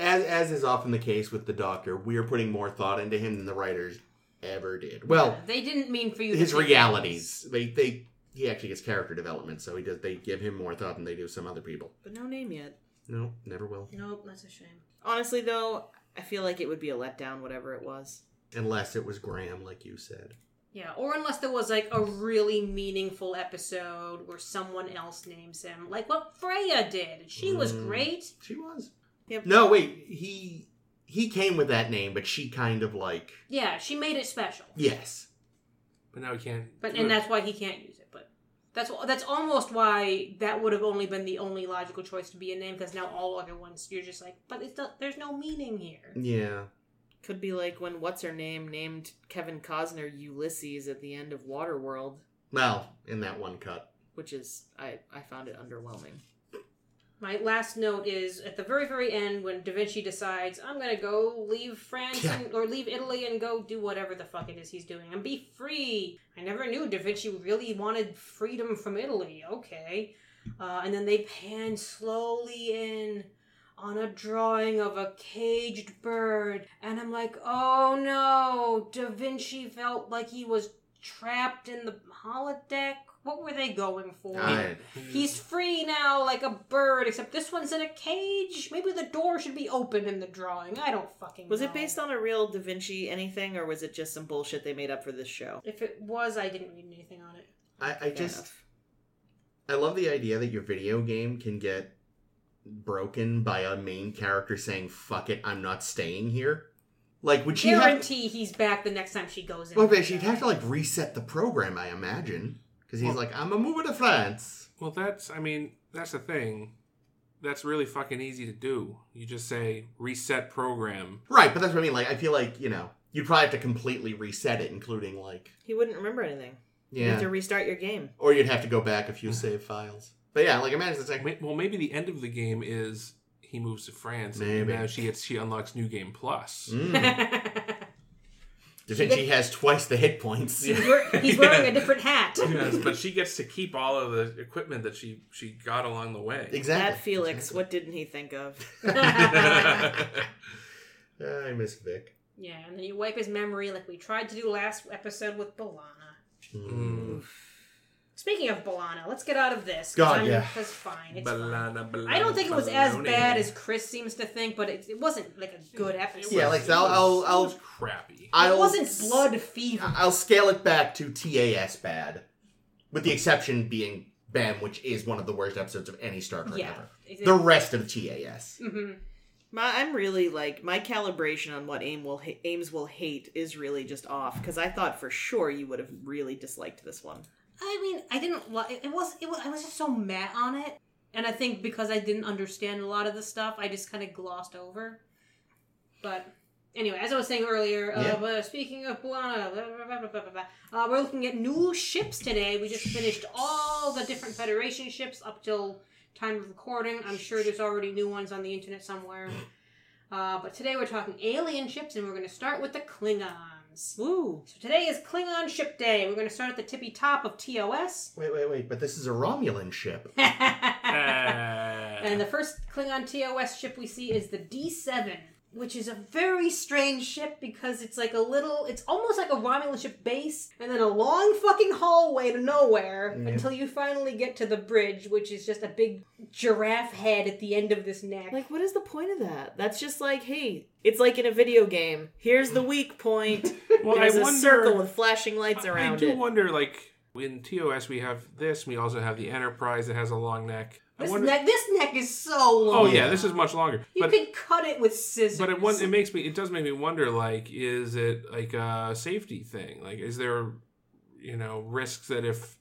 D: as as is often the case with the Doctor, we are putting more thought into him than the writers ever did. Well,
A: They didn't mean for you to
D: his
A: think-
D: realities. They they he actually gets character development, so he does. They give him more thought than they do some other people.
B: (laughs) but no name yet.
D: No, never will.
A: Nope, that's a shame.
B: Honestly, though, I feel like it would be a letdown, whatever it was.
D: Unless it was Graham, like you said.
A: Yeah, or unless there was like a really meaningful episode where someone else names him, like what Freya did. She was
D: Mm.
A: great.
D: She was.
B: Yep.
D: No, wait. He he came with that name, but she kind of like
A: Yeah, she made it special.
D: yes.
C: But now he can't.
A: But
C: do
A: and
C: it.
A: that's why he can't use it. But that's that's almost why that would have only been the only logical choice to be a name because now all other ones you're just like, but it's not, there's no meaning here.
D: Yeah.
B: Could be like when what's her name named Kevin Cosner Ulysses at the end of Waterworld,
D: Well, in that one cut.
B: which is I I found it underwhelming.
A: My last note is at the very very end when Da Vinci decides I'm gonna go leave France
D: Yeah.
A: and, or leave Italy and go do whatever the fuck it is he's doing and be free. I never knew Da Vinci really wanted freedom from Italy. Okay, uh, and then they pan slowly in on a drawing of a caged bird, and I'm like, oh no, Da Vinci felt like he was trapped in the holodeck what were they going for?
D: I-
A: He's free now, like a bird, except this one's in a cage. Maybe the door should be open in the drawing. I don't fucking.
B: Was
A: know.
B: it based on a real Da Vinci anything, or was it just some bullshit they made up for this show?
A: If it was, I didn't read anything on it.
D: I, I
B: Fair
D: just
B: enough.
D: I love the idea that your video game can get broken by a main character saying "fuck it, I'm not staying here." Like, would she have?
A: Guarantee he's back the next time she goes in.
D: Well, but she'd have to like reset the program, I imagine, because he's
C: Well-
D: like, "I'm a moving to France."
C: Well, that's, I mean, that's the thing. That's really fucking easy to do. You just say reset program.
D: Right, but that's what I mean. Like, I feel like you know, you'd probably have to completely reset it, including like,
B: He wouldn't remember anything. You have
D: yeah,
B: to restart your game.
D: or you'd have to go back a few save files. But yeah, like imagine it's like,
C: Ma- Well, maybe the end of the game is he moves to France and
D: Maybe.
C: now she gets she unlocks new game plus.
A: (laughs)
D: mm, Da Vinci has twice the hit
A: (laughs)
D: points.
A: he's, wear- he's wearing a different hat.
C: yes, but she gets to keep all of the equipment that she she got along the way.
D: (laughs) Exactly.
B: That Felix, what didn't he think of?
D: (laughs)
A: (laughs)
D: I miss Vic.
A: Yeah, and then you wipe his memory like we tried to do last episode with Balana.
D: Mm.
C: (laughs) Mm.
A: Speaking of Balana, let's get out of this. 'cause
D: God,
A: I'm-
D: yeah.
A: 'cause fine. It's fine.
C: Balana, balana,
A: I don't think it was as
C: baloney.
A: bad as Chris seems to think, but it, it wasn't like a good
C: It
A: episode.
D: Yeah,
C: was-
D: like, I'll-
C: it
D: I'll-
C: was- it
D: I'll-
C: was
A: (laughs)
C: crappy.
A: it wasn't blood fever.
D: I'll scale it back to TAS bad, with the exception being Bam, which is one of the worst episodes of any Star Trek
A: yeah.
D: ever. The rest of TAS.
A: hmm
B: My, I'm really like my calibration on what aim will ha- Ames will hate is really just off because I thought for sure you would have really disliked this one.
A: I mean, I didn't. Lo- it, it was. It was. I was just so mad on it, and I think because I didn't understand a lot of the stuff, I just kind of glossed over. But anyway, as I was saying earlier,
D: Yeah.
A: uh, but speaking of Blana, blah, blah, blah, blah, blah, blah, blah, uh, we're looking at new ships today. We just finished all the different Federation ships up till time of recording. I'm sure there's already new ones on the internet somewhere. Uh, but today we're talking alien ships, and we're going to start with the Klingons.
B: Woo!
A: So today is Klingon Ship Day. We're going to start at the tippy top of
C: (laughs)
A: TOS.
D: Wait, wait, wait, but this is a
A: (laughs)
D: Romulan ship.
C: Uh,
A: and
C: and
A: the first Klingon TOS ship we see is the D7, which is a very strange ship because it's like a little, it's almost like a Romulan ship base, and then a long fucking hallway to nowhere
D: Yeah.
A: until you finally get to the bridge, which is just a big giraffe head at the end of this neck.
B: Like, what is the point of that? That's just like, hey, it's like in a video game. Here's the weak
D: (laughs)
B: point.
C: well, I
B: There's a
C: wonder.
B: circle with flashing lights
C: I- I
B: around
C: do
B: it.
C: wonder, like in TOS, we have this. We also have the Enterprise that has a long neck. I
A: this,
C: wonder.
A: neck this neck is so long.
C: oh yeah, this is much longer.
A: You
C: but
A: could cut it with scissors.
C: but it one it makes me it does make me wonder. Like, is it like a safety thing? Like, is there you know risks that if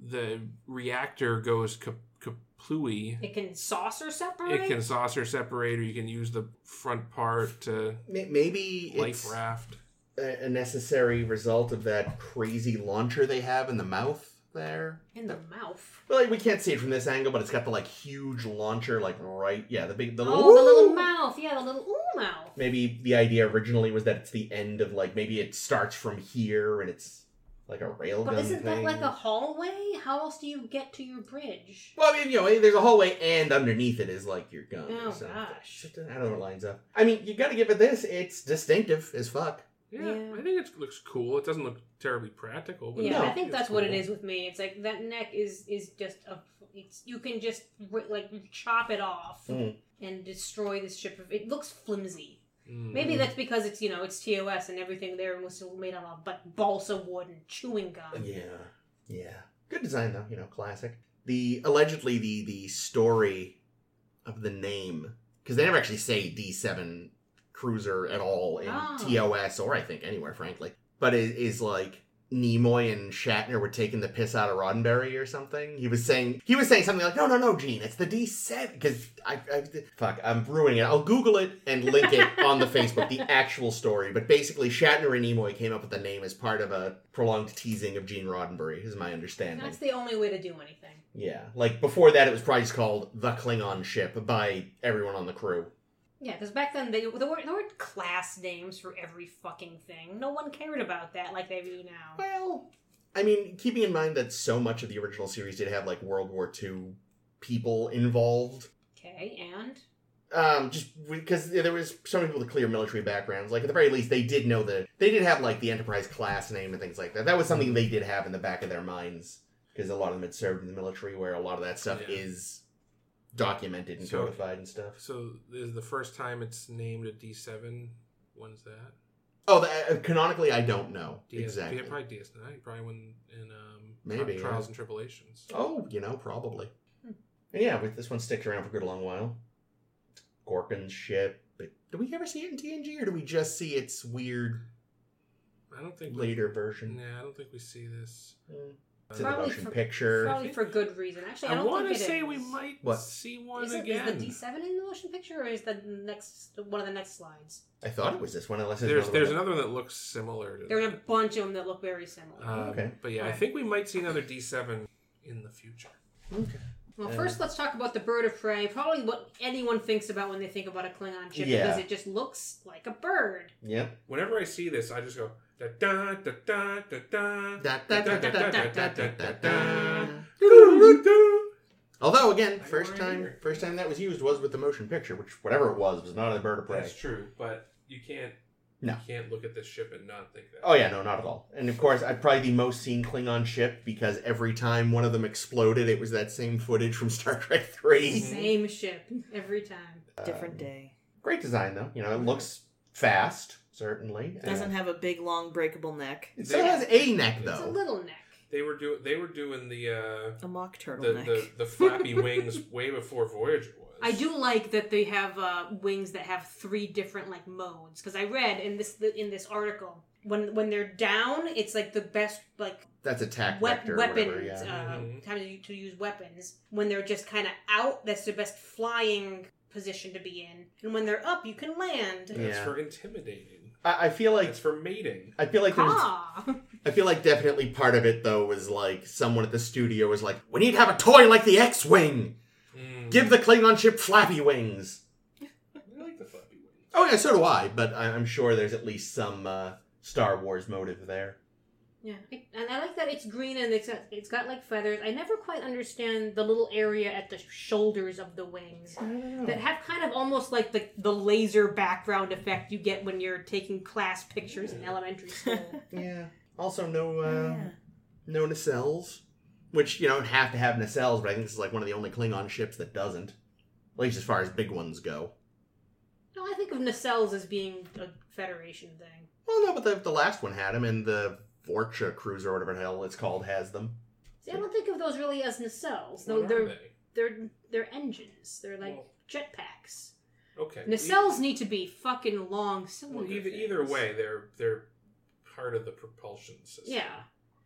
C: the reactor goes ka- kaplooey,
A: It can saucer separate?
C: it can saucer separate, or you can use the front part to
D: May- Maybe
C: life
D: it's
C: raft.
D: a a necessary result of that crazy launcher they have in the mouth there.
A: In the mouth.
D: Well, like, we can't see it from this angle, but it's got the like huge launcher, like right. Yeah, the big, the little.
A: Oh, the little
D: Ooh!
A: mouth. Yeah, the little ooh mouth.
D: maybe the idea originally was that it's the end of like maybe it starts from here and it's like a railgun
A: But isn't that
D: thing.
A: like a hallway? How else do you get to your bridge?
D: well, I mean, you know, eh, there's a hallway, and underneath it is like your gun.
A: Oh,
D: or something.
A: gosh.
D: I don't know. It lines up. I mean, you got to give it this. It's distinctive as fuck.
C: Yeah,
A: Yeah.
C: I think it looks cool. It doesn't look terribly practical, but
A: Yeah,
D: No,
A: I think
C: it's
A: that's what it
C: cool.
A: is with me. It's like that neck is is just a. It's you can just ri- like chop it off
D: Mm.
A: and destroy this ship. It looks flimsy.
C: Mm.
A: Maybe that's because it's you know it's TOS and everything there was made out of but balsa wood and chewing gum.
D: Yeah, yeah. Good design though. You know, classic. The allegedly the the story of the name because they never actually say D seven cruiser at all in
A: Oh.
D: TOS or I think anywhere, frankly. But it is like Nimoy and Shatner were taking the piss out of Roddenberry or something. He was saying he was saying something like, "No, no, no, Gene, it's the D 7 Because I, I fuck, I'm ruining it. I'll Google it and link it on the Facebook, the actual story. But basically, Shatner and Nimoy came up with the name as part of a prolonged teasing of Gene Roddenberry, is my understanding.
A: That's the only way to do anything.
D: yeah, like before that, it was probably just called the Klingon ship by everyone on the crew.
A: Yeah, because back then they, there, weren't, there weren't class names for every fucking thing. No one cared about that like they do now.
D: Well, I mean, keeping in mind that so much of the original series did have like World War II people involved,
A: Okay, and
D: um, just because there was so many people with clear military backgrounds. Like at the very least, they did know the they did have like the Enterprise class name and things like that. That was something they did have in the back of their minds. because a lot of them had served in the military, where a lot of that stuff
C: Yeah.
D: is documented and
C: So-
D: codified and stuff.
C: So this is the first time it's named a D seven. When's that?
D: Oh, the, uh, canonically, I don't know
C: DS,
D: exactly.
C: yeah, probably DS nine. Probably when in um,
D: Maybe, yeah.
C: trials and tribulations.
D: Oh, you know, probably.
A: Hmm.
D: And yeah, but this one sticks around for a good long while. Gorkin's ship. But do we ever see it in TNG, or do we just see its weird
C: I don't think we-
D: later version?
C: Nah, I don't think we see this.
D: Mm.
C: Uh,
D: It's in the
A: Probably
D: motion
A: for-
D: picture.
A: Probably for good reason. Actually, I,
C: I
A: don't
C: want to
A: think it
C: say
A: is.
C: we might
D: What?
C: see one
A: Is, it, is
C: again.
A: the D seven in the motion picture, or is the next one of the next slides?
D: I thought it was this one, unless
C: there's there's
D: one.
C: another one that looks similar to
A: There's
C: that.
A: a bunch of them that look very similar.
C: Um,
D: Okay.
C: But yeah, I
A: Alright.
C: think we might see another D7 in the future.
D: Okay.
A: well,
D: uh,
A: first let's talk about the bird of prey. Probably what anyone thinks about when they think about a Klingon ship,
D: Yeah.
A: because it just looks like a bird.
D: Yep.
C: Whenever I see this, I just go da da da da da da.
D: Da,
C: da,
D: da, da, da, da, da, da, da, da. Although again,
C: I
D: first
C: wanna
D: time
C: hear.
D: first time that was used was with the motion picture, which whatever it was was not a bird of prey.
C: That's true, but you can't
D: No.
C: you can't look at this ship and not think that.
D: Oh yeah, no, not at all. And of course, I'd probably the most seen Klingon ship because every time one of them exploded, it was that same footage from Star Trek Three.
A: Same ship every time.
B: Different
D: Um,
B: day.
D: Great design though. You know, it looks fast, certainly.
B: Doesn't
D: And
B: have a big long breakable neck.
D: it still has a neck
A: It's a
D: though.
A: little neck.
C: They were doing they were doing the uh
B: A mock
C: the,
B: turtleneck.
C: the the
A: (laughs)
C: flappy wings way before Voyager was.
A: I do like that they have uh, wings that have three different like modes because I read in this in this article when when they're down, it's like the best like
D: That's attack
A: wep-
D: vector. or
A: weapons
D: whatever, yeah.
A: uh,
C: Mhm.
A: time to, to use weapons. When they're just kind of out, that's the best flying position to be in, and when they're up, you can land.
C: That's
D: Yeah.
C: for intimidating.
D: I, I feel like
C: That's for mating.
D: I feel like there's
A: Ah, (laughs)
D: I feel like definitely part of it though was like someone at the studio was like, "We need to have a toy like the X-wing.
C: Hmm.
D: Give the Klingon ship flappy wings."
C: I like the flappy wings.
D: Oh yeah, so do I. But I- I'm sure there's at least some uh, Star Wars motive there.
A: yeah, and I like that it's green and it's got, it's got like feathers. I never quite understand the little area at the shoulders of the wings.
D: I don't
A: that have kind of almost like the, the laser background effect you get when you're taking class pictures in (laughs) elementary school.
D: Yeah. Also, no uh,
B: Yeah.
D: no nacelles, which you don't have to have nacelles, but I think this is like one of the only Klingon ships that doesn't, at least as far as big ones go.
A: no, I think of nacelles as being a Federation thing.
D: Well, no, but the, the last one had them, and the Vorcha cruiser, or whatever the hell it's called, has them.
A: See, I don't think of those really as nacelles.
C: What
A: Though
C: are
A: they're
C: they?
A: they're they're engines. They're like
C: Well-
A: jetpacks.
C: Okay.
A: Nacelles need to be fucking long
C: E-
A: cylinder.
C: Well, either,
A: things.
C: either way, they're they're part of the propulsion system.
A: Yeah,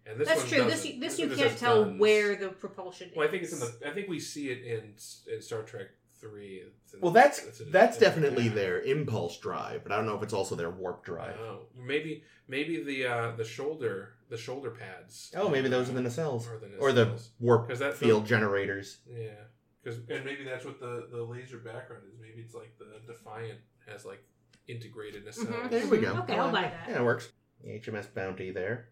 C: And this
A: that's
C: one
A: true. This
C: doesn't.
A: you, this
C: one
A: you
C: just
A: can't
C: has
A: tell
C: guns.
A: where the propulsion.
C: Well, I
A: is.
C: think it's in the. I think we see it in in Star Trek three. It's in-
D: Well, that's
C: it's in-
D: that's
C: in the
D: definitely
C: back.
D: their impulse drive, but I don't know if it's also their warp drive.
C: Oh, maybe maybe the uh, the shoulder the shoulder pads.
D: Oh, maybe those are the nacelles
C: Or the
D: or the
C: nacelles.
D: warp
C: 'Cause that's
D: field generators.
C: Yeah, because and maybe that's what the the laser background is. Maybe it's like the Defiant has like integrated nacelles.
B: Mm-hmm.
A: Mhm.
D: There we go.
A: Okay, I'll
D: Uh,
A: buy that.
D: Yeah, it works. HMS Bounty there.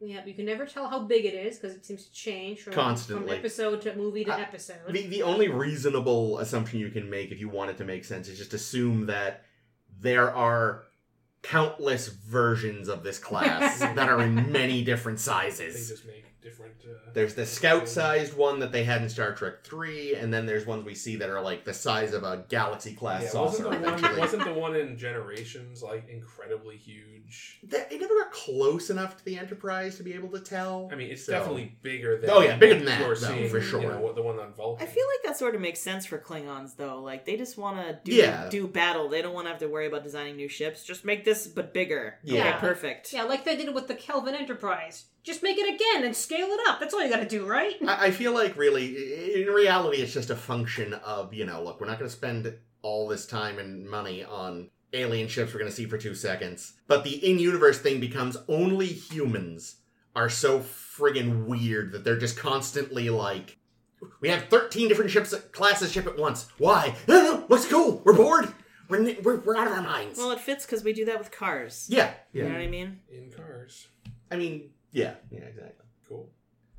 A: Yeah, you can never tell how big it is because it seems to change from,
D: Constantly.
A: from episode to movie to
D: Uh,
A: episode.
D: The the only reasonable assumption you can make if you want it to make sense is just assume that there are countless versions of
A: (laughs)
D: this class that are in many different
C: They
D: sizes.
C: just make different. Uh,
D: There's the scout sized one that they had in Star Trek 3, and then there's ones we see that are like the size of a galaxy class
C: Yeah,
D: saucer.
C: wasn't the one?
D: eventually.
C: Wasn't the one in Generations like incredibly huge?
D: That, it never got close enough to the Enterprise to be able to tell.
C: I mean, it's
D: So-
C: definitely bigger than.
D: Oh, yeah, bigger than that,
C: you're
D: though,
C: seeing,
D: for sure.
C: You know, what- the one on Vulcan.
B: I feel like that sort of makes sense for Klingons, though. Like they just want to do
D: Yeah.
B: do battle. They don't want to have to worry about designing new ships. Just make this but bigger.
D: Yeah.
B: Okay, perfect.
A: Yeah, like they did with the Kelvin Enterprise. Just make it again and scale it up. That's all you gotta do, right?
D: I, I feel like really, in reality, it's just a function of you know, look, we're not going to spend all this time and money on alien ships we're going to see for two seconds, but the in-universe thing becomes only humans are so friggin' weird that they're just constantly like. We have 13 different ships, classes ship at once. Why? No, no, no, looks cool. We're bored. We're, ni- we're, we're out of our minds.
B: Well, it fits because we do that with cars.
D: yeah.
B: You know
D: Yeah.
B: what I mean?
C: in Cars.
D: I mean, yeah. Yeah, exactly.
C: Cool.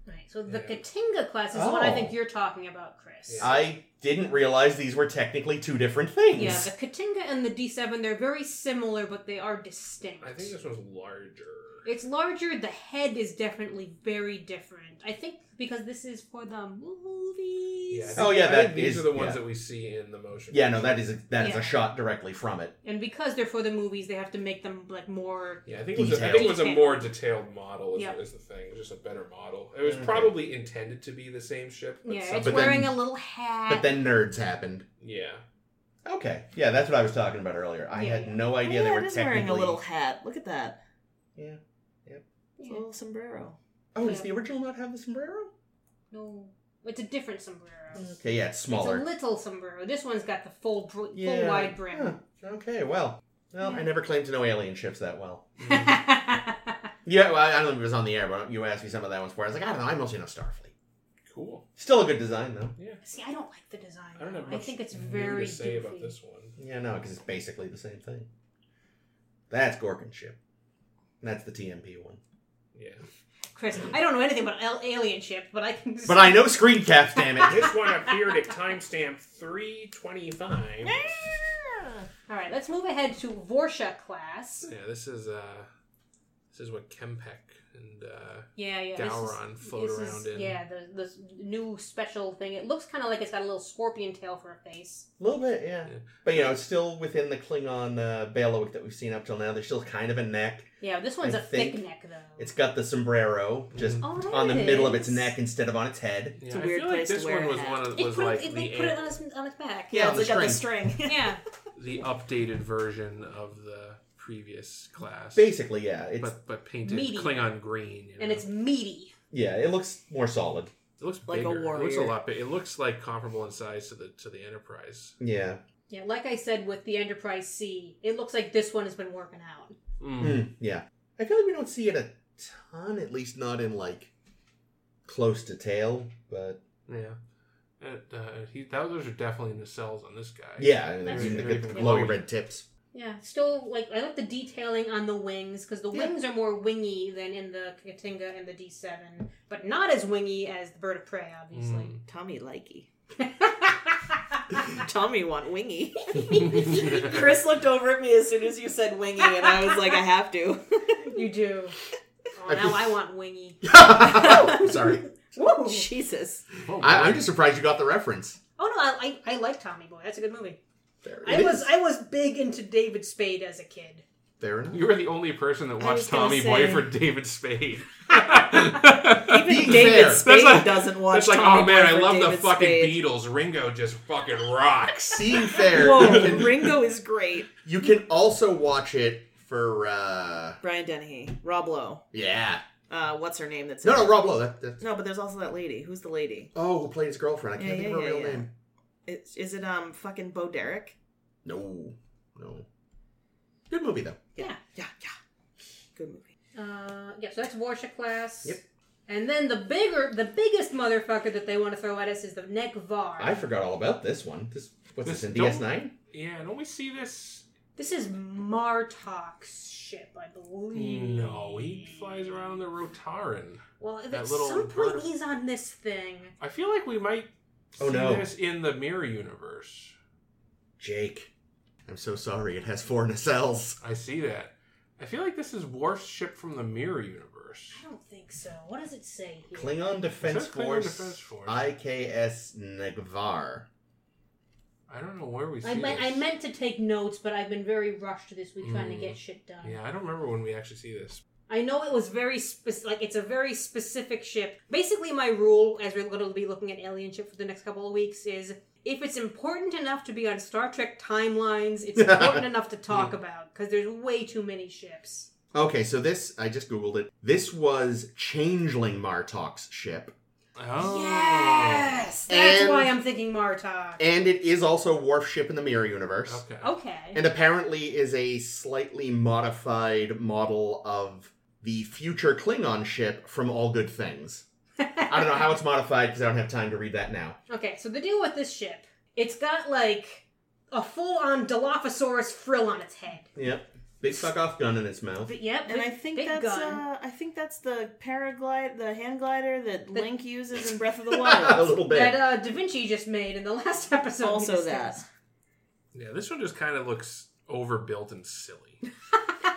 A: Right, so the
C: Yeah.
A: Katinga class is what I
D: Oh.
A: think you're talking about, Chris.
C: Yeah.
D: I didn't realize these were technically two different things.
A: Yeah, the Katinga and the D7, they're very similar, but they are distinct.
C: I think this one's larger.
A: It's larger. The head is definitely very different. I think because this is for the movies.
C: I think-
D: Oh, yeah,
C: I think
D: that
C: these
D: is-
C: are the ones
D: yeah.
C: that we see in the motion.
D: Yeah, no, that is a, that is
A: Yeah.
D: a shot directly from it.
A: And because they're for the movies, they have to make them like more.
C: Yeah, I think it was a, I think it was a
A: Detailed.
C: more detailed model is,
A: Yeah.
C: is the thing, It was just a better model. It was
D: Okay.
C: probably intended to be the same ship, but
A: Yeah,
C: some-
A: it's
D: but then-
A: wearing a little hat.
D: But then nerds happened.
C: yeah,
A: (laughs)
D: Okay, yeah, that's what I was talking about earlier. I
A: Yeah,
D: had
A: yeah.
D: no idea
B: yeah,
D: they
B: it
D: were
B: is
D: technically.
B: wearing a little hat. Look at that. It's
A: Yeah.
B: a little sombrero.
D: Oh, does
A: Yeah.
D: the original not have the sombrero?
A: No, it's a different sombrero.
C: Mm,
D: Okay, yeah, it's smaller.
A: Mm. It's a little sombrero. This one's got the full, br- full
D: Yeah.
A: wide (laughs) brim.
D: Huh. Okay, well, well, I
A: Yeah.
D: never claimed to know alien ships that well.
C: Mm.
D: Yeah, well, I don't know if it was on the air, but you asked me some of that one's for. I was like, I don't know. I mostly know Starfleet.
C: cool.
D: Still a good design though.
C: Yeah,
A: See, I don't like the design.
C: I don't have
A: I
C: much
A: think it's
C: new
A: very
C: to say about
A: goofy.
C: this one.
D: Yeah, no, because it's basically the same thing. That's Gorkin ship. That's the TMP one.
C: Yeah,
A: Chris, I don't know anything about al- alien ship, but I can.
D: But I know screen caps, damn
C: (laughs)
D: it.
C: this one appeared at timestamp three twenty five.
A: All right, let's move ahead to Vorsha class.
C: Yeah, this is uh, this is what Kempek and uh,
A: Yeah, yeah. this is-
C: Gowron float
A: this
C: around
A: is-
C: in.
A: Yeah, the, this new special thing. It looks kind of like it's got a little scorpion tail for a face.
D: A little bit, yeah.
C: Yeah.
D: But you know, it's still within the Klingon uh, bailiwick that we've seen up till now. There's still kind of a neck.
A: Yeah, this one's a
D: I think
A: thick neck though.
D: It's got the sombrero just
A: oh,
C: Mm-hmm.
A: it
D: on the middle of its
A: is.
D: neck instead of on its head.
C: Yeah,
B: It's a
C: I
B: weird
C: feel like
B: place to
C: this
B: wear
C: one
B: a
C: was
B: hat.
C: one of
A: It
C: was
A: put
C: like
A: it, it-
C: the
A: they put it
C: an-
A: on its, on its back.
D: Yeah,
B: Yeah,
D: on
B: it's
D: the
B: like on the string.
A: (laughs) Yeah.
C: the updated version of the previous class,
D: Basically, yeah. It's
C: but but painted
A: Meaty.
C: Klingon green, you
A: and
C: know?
A: it's meaty.
D: yeah, it looks more solid.
C: It looks
B: Like a
C: bigger. It looks a
B: warrior.
C: lot. Big. It looks like comparable in size to the to the Enterprise.
D: Yeah.
A: Yeah, like I said with the Enterprise C, it looks like this one has been working out.
C: Mm.
D: Mm, yeah. I feel like we don't see it a ton, at least not in like close to tail, but
C: Yeah. It, uh, he, that, those are definitely nacelles on this guy.
D: yeah, I mean,
A: That's
D: even the
C: very
D: good
C: good.
D: glowy red tips.
A: Yeah, still like I like the detailing on the wings because the
D: Yeah.
A: wings are more wingy than in the Katinga and the D seven, but not as wingy as the Bird of Prey, obviously.
B: (laughs)
C: Mm.
B: Tommy likey.
A: Mm. (laughs)
B: Tommy want
D: (laughs)
B: wingy.
C: (laughs)
B: Chris looked over at me as soon as you said wingy, and I was like, I have
D: (laughs)
B: to.
A: you do. Oh,
D: I
A: now
D: just-
A: I want wingy.
D: (laughs) Sorry.
A: Whoa.
B: Jesus.
C: Oh, (laughs)
D: I,
C: wow.
D: I'm just surprised you got the reference.
A: Oh no, I, I I like Tommy Boy. That's a good movie.
D: There
A: I
D: it
A: was
D: is.
A: I was big into David Spade as a kid.
D: Fair enough.
C: You were the only person that
B: I
C: watched
B: was gonna
C: Tommy
B: say-
C: Boy for
B: (laughs)
C: David (laughs) Spade.
B: Even
D: Being
B: David
D: fair.
B: Spade
C: That's like-
B: doesn't watch.
C: It's like,
B: Tommy
C: oh man,
B: Boy
C: I
B: for
C: love the
B: David
C: fucking
B: Spade.
C: Beatles. Ringo just fucking rocks.
D: (laughs) Seeing fair, you
B: Whoa,
D: can,
B: Ringo is great.
D: you can also watch it for uh
B: Brian Dennehy, Rob Lowe.
D: yeah.
B: Uh, what's her name? That's
D: No,
B: in
D: no,
B: it?
D: Rob Lowe. That, that's
B: No, but there's also that lady. Who's the lady?
D: oh, who played his girlfriend? I can't
B: Yeah,
D: think
B: yeah,
D: of her
B: yeah,
D: real
B: yeah.
D: name.
B: It's, is it um fucking Bo Derek?
D: No, no. Good movie though.
A: Yeah.
B: yeah, yeah. Good movie.
A: Uh, yeah, so that's Warsha class.
D: Yep.
A: And then the bigger, the biggest motherfucker that they want to throw at us is the Neck Var.
D: I forgot all about this one. This what's this in
C: Don't-
D: DS9?
C: Yeah, don't we see this?
A: This is Martok's ship, I believe.
C: No, he flies around the Rotaran.
A: Well, if
C: That
A: at
C: little
A: some
C: bird
A: point
C: of-
A: he's on this thing.
C: I feel like we might see
D: Oh, no.
C: this in the Mirror Universe.
D: Jake, I'm so sorry. It has four nacelles.
C: I see that. I feel like this is Worf's ship from the Mirror Universe.
A: I don't think so. What does it say here?
D: Klingon Defense
C: Klingon
D: Force,
C: Defense Force.
D: IKS Negvar.
C: I don't know where we see
A: I, me-
C: this.
A: I meant to take notes, but I've been very rushed this week trying to
C: Mm.
A: get shit done.
C: Yeah, I don't remember when we actually see this.
A: I know it was very spec- like it's a very specific ship. Basically, my rule as we're going to be looking at Alien Ship for the next couple of weeks is if it's important enough to be on Star Trek timelines,
D: (laughs)
A: it's important enough to talk about because there's way too many ships.
D: Okay, so this I just googled it. This was Changeling Martok's ship,
C: Oh.
A: Yes, that's
D: And-
A: why I'm thinking Martok.
D: and it is also Worf ship in the Mirror Universe,
C: Oh. Okay.
A: Okay, (laughs)
D: and apparently is a slightly modified model of the future Klingon ship from All Good Things. I don't know how it's modified because I don't have time to read that now.
A: okay. So the deal with this ship, it's got like a full-on Dilophosaurus frill on its head.
D: Yep, big fuck off gun in its mouth.
A: But yep,
B: And
A: big-
B: I think
A: big
B: that's
A: gun.
B: uh, I think that's the paraglider, the hand glider that Link uses in Breath
A: (laughs)
B: of the
D: a
B: Wild.
D: little bit.
A: that uh, Da Vinci just made in the (laughs) last episode. we
B: also that.
A: discussed. (laughs)
C: Yeah, this one just kind of looks overbuilt and silly.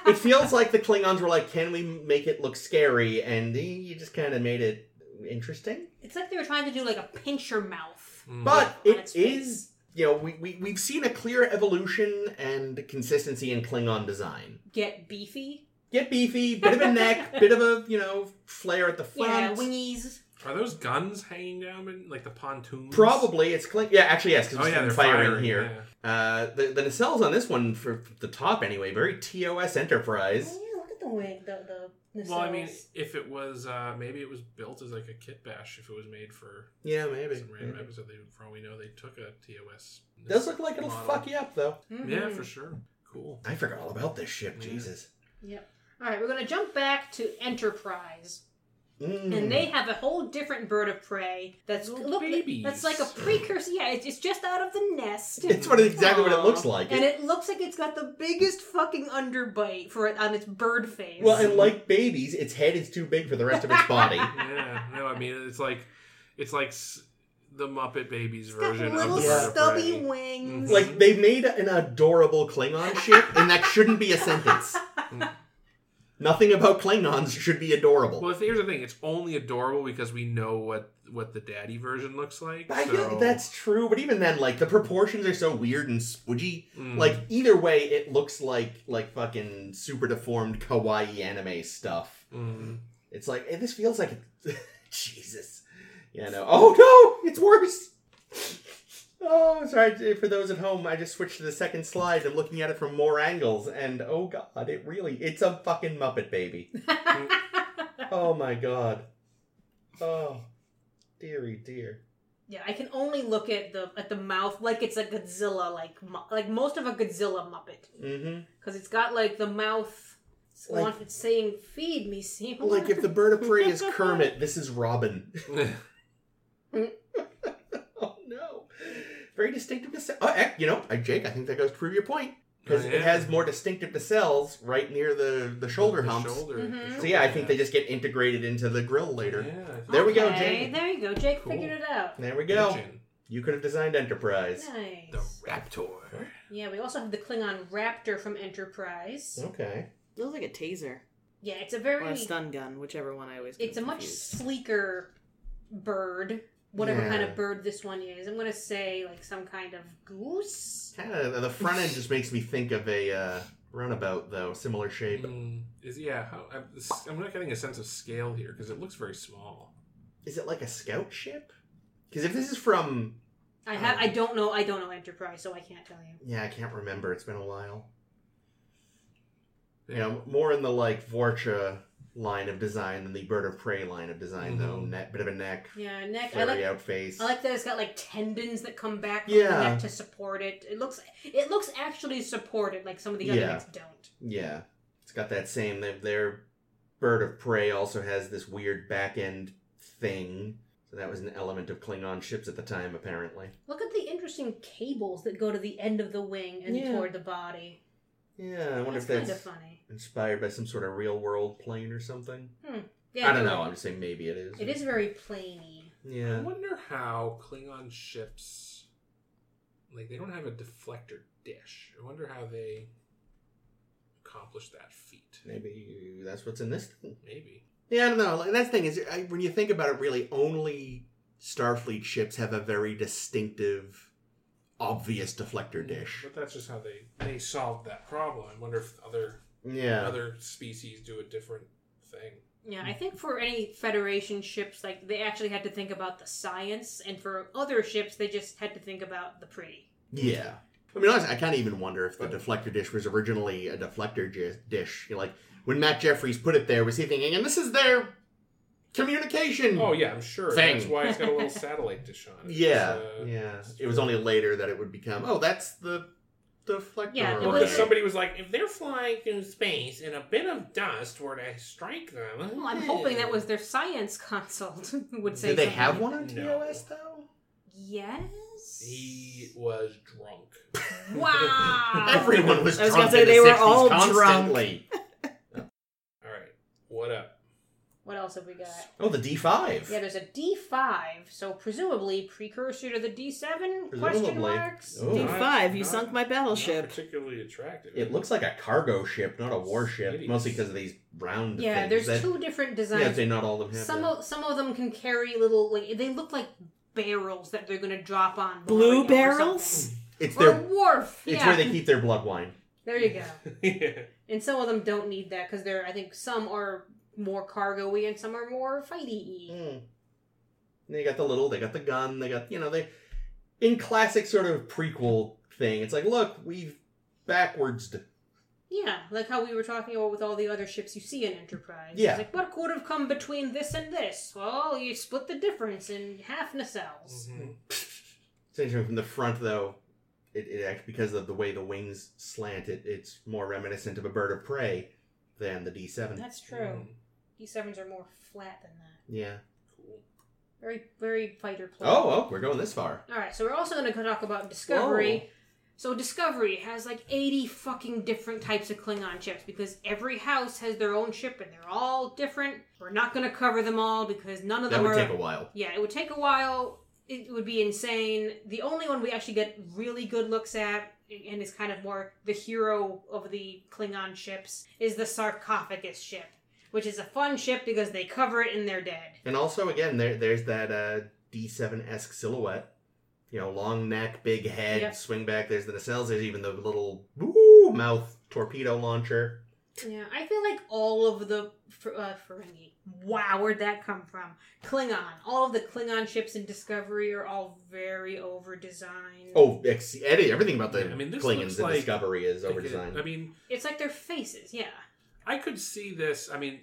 D: it feels like the Klingons were like, "Can we make it look scary?" And you just kind of made it interesting.
A: It's like they were trying to do like a pinch your mouth.
C: Mm.
D: But
A: On
D: it
A: its face.
D: is, you know, we, we we've seen a clear evolution and consistency in Klingon design.
A: Get beefy.
D: Get beefy, bit
A: (laughs)
D: of a neck, bit of a you know flare at the
A: Yeah,
D: front.
A: wingies.
C: are those guns hanging down in like the pontoons?
D: Probably it's Kling. Yeah, actually yes, because
C: Oh yeah, they're
D: firing,
C: firing,
D: here.
C: yeah.
D: Uh, the, the nacelles on this one for the top anyway, very TOS Enterprise.
A: Oh, yeah, look at the wig. The the.
C: Well, I mean, if it was uh, maybe it was built as like a kit bash, if it was made for
D: Yeah, maybe.
C: some random episode, they for all we know they took a TOS.
D: Does look like it'll fuck you up though.
A: Mm-hmm.
C: Yeah, for sure. Cool.
D: I forgot all about this ship.
C: Yeah.
D: Jesus.
A: All right, we're gonna jump back to Enterprise.
C: Hmm.
D: Mm.
A: and they have a whole different bird of prey that's
C: Little
A: look
C: babies.
A: that's like a precursor. Yeah, it's it's just out of the nest.
D: It's what exactly what
A: Aw.
D: it looks like.
A: And it looks like it's got the biggest fucking underbite for it on its bird face.
D: well, and like babies, its head is too big for the rest of its
A: (laughs)
D: body.
C: yeah, no, I mean it's like it's like s- the Muppet Babies
A: it's got
C: version of
A: little
C: the bird of
A: stubby
C: prey.
A: wings.
C: Mhm.
D: like they made an adorable Klingon ship, and that shouldn't be a sentence. Nothing about Klingons should be adorable.
C: Well, here's the thing: it's only adorable because we know what what the daddy version looks like.
D: I feel
C: so-
D: like that's true, but even then, like the proportions are so weird and spudgy.
C: Mm.
D: Like either way, it looks like like fucking super deformed kawaii anime stuff. (laughs)
C: Mm. (laughs)
D: It's like eh, this feels like (laughs) Jesus, yeah. No, oh no, it's worse. Oh, sorry for those at home. I just switched to the second slide. I'm looking at it from more angles, and oh god, it really—it's a fucking Muppet baby. oh my god. Oh, dearie dear.
A: yeah, I can only look at the at the mouth like it's a Godzilla like mu- like most of a Godzilla Muppet
D: Mm-hmm.
A: because it's got like the mouth. It's,
D: Like-
A: want- it's saying "Feed me, Seymour."
D: Like if the bird of prey is Kermit, this is Robin. (laughs) Oh no! Very distinctive nacelle. Oh, heck, you know, I, Jake, I think that goes to prove your point because
C: Oh,
D: it
C: yeah.
D: has more distinctive nacelles right near the the shoulder
C: The
D: humps.
C: shoulder- the
A: Mhm.
D: So yeah, I
C: shoulder
D: think they
C: pads.
D: just get integrated into the grill later.
C: Yeah, I think-
D: There we go,
A: Okay,
D: Jake.
A: There you go, Jake.
C: Cool.
A: Figured it out.
D: There we go.
C: Pigeon.
D: You could have designed Enterprise.
A: Nice.
C: The Raptor.
A: Yeah, we also have the Klingon Raptor from Enterprise.
D: Okay.
B: Looks like a taser
A: Yeah, it's a
B: or
A: very
B: a stun gun, whichever one I always. get
A: it's a much
B: confused.
A: sleeker bird, whatever
D: Yeah.
A: kind of bird this one is. I'm gonna say like some kind of goose.
D: Kind of the front end just makes me think of a uh, runabout though, similar shape.
C: Mm, is yeah? How, I'm, this- I'm not getting a sense of scale here because it looks very small.
D: Is it like a scout ship? Because if this is from,
A: I have
D: Hmm.
A: I don't know I don't know Enterprise, so I can't tell you.
D: yeah, I can't remember. It's been a while. You know, more in the like Vorcha line of design than the bird of prey line of design though.
C: Mhm.
D: Net, bit of a neck,
A: Yeah, neck. I
D: flary
A: like
D: out face.
A: I like that it's got like tendons that come back from the
D: Yeah.
A: neck to support it. It looks it looks actually supported, like some of the other
D: Yeah.
A: necks don't.
D: Yeah, it's got that same. Their, their bird of prey also has this weird back end thing. So that was an element of Klingon ships at the time, apparently.
A: Look at the interesting cables that go to the end of the wing and
D: Yeah.
A: toward the body.
D: Yeah, I wonder
A: That's
D: if
A: kind of
D: that's
A: funny.
D: inspired by some sort of real world plane or something.
A: Yeah,
D: I don't
A: you're
D: know.
A: right.
D: I'm just saying maybe it is.
A: It is very plainy.
C: I
D: Yeah.
C: wonder how Klingon ships, like they don't have a deflector dish. I wonder how they accomplish that feat.
D: Maybe that's what's in this thing.
C: Maybe.
D: Yeah, I don't know. Like, that's the thing is, I, when you think about it, really, only Starfleet ships have a very distinctive, obvious deflector dish.
C: But that's just how they they solved that problem. I wonder if other
D: Yeah.
C: other species do a different thing.
A: Yeah, I think for any Federation ships, like they actually had to think about the science, and for other ships, they just had to think about the pretty.
D: Yeah. I mean, honestly, I kind of even wonder if the deflector dish was originally a deflector j- dish. You know, like, when Matt Jeffries put it there, was he thinking, and this is their communication?
C: Oh yeah, I'm sure.
D: Thing.
C: That's why it's got a
D: (laughs)
C: little satellite dish on it.
D: Yeah.
C: It's, uh,
D: yeah.
C: it's
D: It was only later that it would become, oh, that's the deflector.
A: Yeah, it
C: Well,
A: was-
C: because
A: Okay.
C: somebody was like, if they're flying through space and a bit of dust were to strike them,
A: Well, I'm hoping that was their science (laughs) consult would say.
D: Did they
A: something
D: have
A: like
D: one
A: that.
D: on
C: No.
D: TOS, though?
A: Yes.
C: He was drunk.
A: Wow.
D: (laughs) Everyone was
B: I was gonna
D: drunk.
B: say
D: in the
B: they were
D: 60s
B: all drunk.
D: constantly.
C: All right, what up?
A: What else have we got?
D: Oh, the D five.
A: Yeah, there's a D5, so presumably precursor to the D7?
D: Presumably.
A: Question marks.
D: Oh.
B: D
A: D-
B: five, you
C: Not-
B: sunk my
C: Not
B: battleship.
C: particularly attractive.
D: It looks like a cargo ship, not a warship,
C: It is.
D: mostly because of these round.
A: yeah,
D: things
A: there's
D: that-
A: two different
D: Yeah,
A: designs.
D: they not all of them have.
A: some
D: that.
A: of some of them can carry little like they look like barrels that they're gonna drop on Mario
B: Blue
A: or
B: barrels?
D: it's
A: something. Or
D: their.
A: wharf.
D: It's
A: yeah.
D: where they keep their blood wine.
A: There you go.
C: (laughs) yeah.
A: And some of them don't need that because they're I think some are more cargo-y and some are more fighty. y
D: Mm. They got the little. They got the gun. They got you know they. In classic sort of prequel thing, it's like look we've backwards.
A: Yeah, like how we were talking about with all the other ships you see in Enterprise.
D: Yeah.
A: It's like what could have come between this and this? Well, you split the difference in half nacelles.
C: Mhm.
D: It's interesting from the front though. It, it act because of the way the wings slant. It, it's more reminiscent of a bird of prey than the D seven.
A: That's
D: Mm.
A: true. D sevens are more flat than that.
D: Yeah.
C: Cool.
A: Very very fighter plane.
D: Oh, oh, we're going this far.
A: All right, so we're also going to talk about Discovery.
D: Whoa.
A: So Discovery has like 80 fucking different types of Klingon ships because every house has their own ship and they're all different. We're not going to cover them all because none of
D: Oh. That
A: them
D: would
A: are
D: take a while.
A: Yeah, it would take a while. It would be insane. The only one we actually get really good looks at and is kind of more the hero of the Klingon ships is the sarcophagus ship, which is a fun ship because they cover it and they're dead.
D: And also, again, there there's that uh, D7 esque silhouette. You know, long neck, big head,
A: Yeah.
D: swing back. There's the nacelles. There's even the little woo, mouth torpedo launcher.
A: Yeah, I feel like all of the Fer- uh, Ferengi. Wow, where'd that come from? Klingon. All of the Klingon ships in Discovery are all very over designed.
D: Oh, ex- Eddie, everything about the
C: Yeah, I mean, this
D: Klingons
C: looks
D: in
C: like-
D: Discovery is over
C: I
D: designed.
C: mean,
A: it's like their faces. Yeah,
C: I could see this. I mean,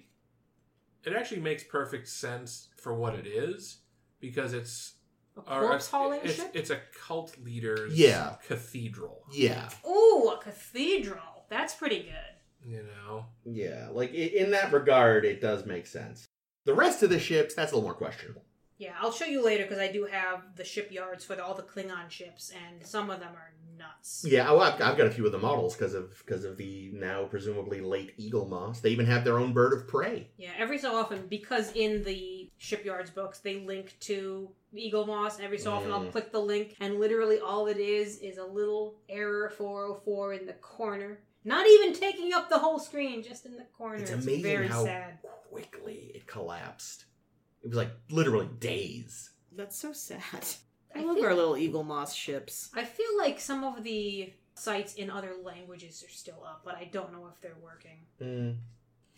C: it actually makes perfect sense for what it is because it's
A: a
C: or
A: corpse hauling
C: it's,
A: ship.
C: It's a cult leader's
D: Yeah.
C: cathedral.
D: Yeah,
A: Ooh, a cathedral. That's pretty good.
C: You know,
D: yeah. Like i- in that regard, it does make sense. The rest of the ships, that's a little more questionable.
A: Yeah, I'll show you later because I do have the shipyards for the, all the Klingon ships, and some of them are nuts.
D: Yeah, oh, I've, I've got a few of the models because of because of the now presumably late eagle moss. They even have their own bird of prey.
A: Yeah, every so often, because in the shipyards books they link to Eagle Moss, every so often I'll
D: Mm.
A: click the link, and literally all it is is a little error 404 in the corner. Not even taking up the whole screen, just in the corner.
D: It's
A: It's,
D: amazing
A: very
D: how
A: sad.
D: quickly it collapsed. It was like literally days.
B: That's so sad.
A: I
B: I love
A: think-
B: our little Eagle Moss ships.
A: I feel like some of the sites in other languages are still up, but I don't know if they're working.
D: Mm,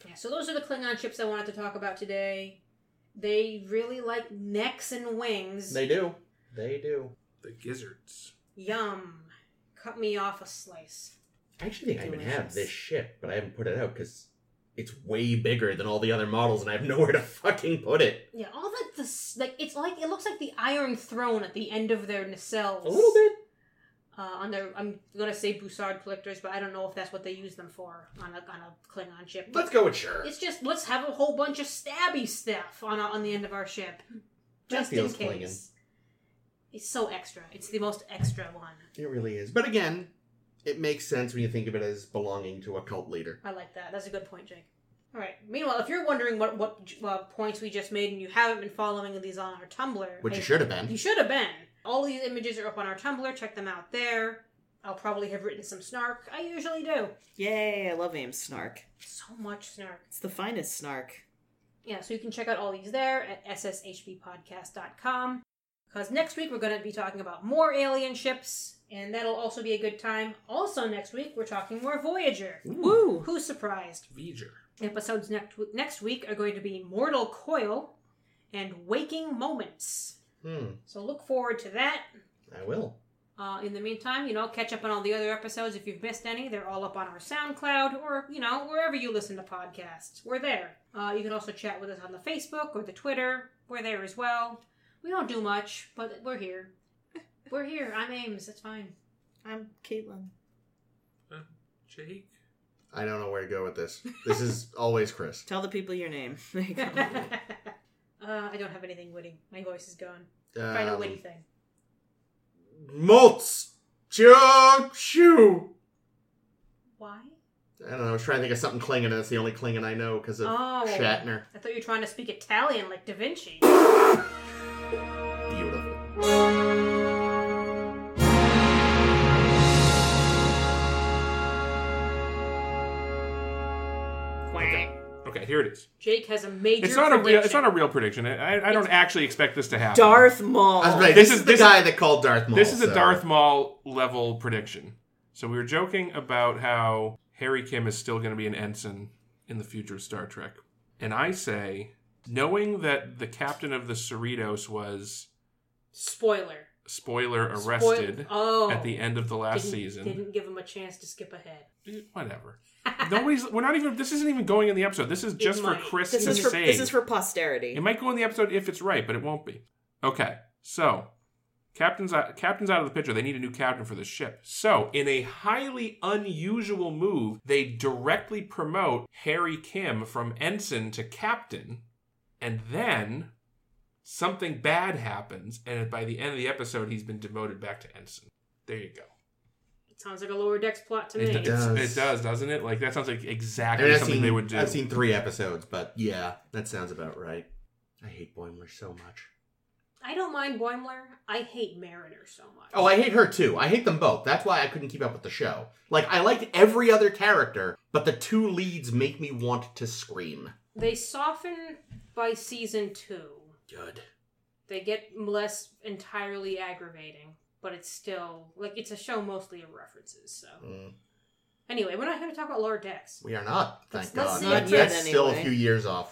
A: Yeah, so those are the Klingon ships I wanted to talk about today. They really like necks and wings.
D: They do. They do.
C: the gizzards.
A: Yum. Cut me off a slice.
D: I actually think I even have
B: Delicious.
D: this ship, but I haven't put it out because it's way bigger than all the other models, and I have (laughs) nowhere to fucking put it.
A: Yeah, all like the s- like it's like it looks like the Iron Throne at the end of their nacelles.
D: A little bit.
A: Uh, on their, I'm gonna say Bussard collectors, but I don't know if that's what they use them for on a on a Klingon ship.
D: Let's go with sure.
A: It's just let's have a whole bunch of stabby stuff on on the end of our ship,
D: That
A: just
D: feels
A: in case. It's so extra. It's the most extra one.
D: It really is. But again, it makes sense when you think of it as belonging to a cult leader.
A: I like that. That's a good point, Jake. All right. Meanwhile, if you're wondering what what uh, points we just made and you haven't been following these on our Tumblr,
D: Which
A: I-
D: you should have been.
A: You should have been. All these images are up on our Tumblr. Check them out there. I'll probably have written some snark. I usually do.
B: Yay, I love Ames Snark.
A: So much snark.
B: It's the finest snark.
A: Yeah, so you can check out all these there at sshbpodcast.com. Because next week we're going to be talking about more alien ships, and that'll also be a good time. Also, next week we're talking more Voyager.
B: Woo!
A: Who's surprised?
C: V'ger.
A: Episodes next, next week are going to be Mortal Coil and Waking Moments.
D: Hmm.
A: So look forward to that.
D: I will.
A: Uh, in the meantime, you know, catch up on all the other episodes if you've missed any. They're all up on our SoundCloud or, you know, wherever you listen to podcasts. We're there. Uh, you can also chat with us on the Facebook or the Twitter. We're there as well. We don't do much, but we're here. (laughs) We're here. I'm Ames. That's fine. (laughs)
B: I'm Caitlin.
C: Jake.
D: I don't know where to go with this. This is
A: (laughs)
D: always Chris.
B: Tell the people your name. (laughs) There you
A: uh,
B: go.
A: I don't have anything witty. My voice is gone.
D: Um,
A: Find a witty thing.
D: Molts. Choo.
A: Why?
D: I don't know. I was trying to think of something Klingon, and that's the only Klingon I know because of
A: Oh.
D: Shatner.
A: I thought you were trying to speak Italian like Da Vinci.
D: Beautiful.
C: Okay. Okay, here it is.
A: Jake has a major.
C: It's not a real.
A: prediction.
C: It's not a real prediction. I, I- I don't actually expect this to happen.
B: Darth Maul.
D: I was like,
C: This
D: this,
C: is-
D: is the
C: this-
D: guy that called Darth Maul.
C: This is a
D: so-
C: Darth Maul level prediction. So we were joking about how Harry Kim is still going to be an ensign in the future of Star Trek, and I say, knowing that the captain of the Cerritos was
A: spoiler.
C: spoiler
A: Spoil-
C: arrested
A: oh.
C: at the end of the last
A: didn't,
C: season,
A: Didn't give him a chance to skip ahead.
C: Eh, whatever. (laughs) Nobody's. We're not even. This isn't even going in the episode. This is just for
A: might.
C: Chris
B: this
C: to
B: is for
C: say.
B: this is for posterity.
C: It might go in the episode if it's right, but it won't be. Okay, so captain's out, captain's out of the picture. They need a new captain for the ship. So, in a highly unusual move, they directly promote Harry Kim from ensign to captain, and then something bad happens, and by the end of the episode, he's been demoted back to ensign. There you go.
A: It sounds like a lower decks plot to me.
C: It, does.
D: does.
C: it does, doesn't it? Like that sounds like
D: I
C: exactly
D: mean, I've
C: something
D: seen,
C: they would do.
D: I've seen three episodes, but yeah, that sounds about right. I hate Boimler so much.
A: I don't mind Boimler. I hate Mariner so much.
D: Oh, I hate her too. I hate them both. That's why I couldn't keep up with the show. Like, I liked every other character, but the two leads make me want to scream.
A: They soften by season two.
D: Good.
A: They get less entirely aggravating, but it's still like it's a show mostly of references. So
D: Mm,
A: anyway, we're not here to talk about lower decks.
D: we are not, thank
A: Let's- let's
D: God.
A: see
D: That-
A: if
D: that's
B: it-
D: still a
B: anyway.
D: few years off.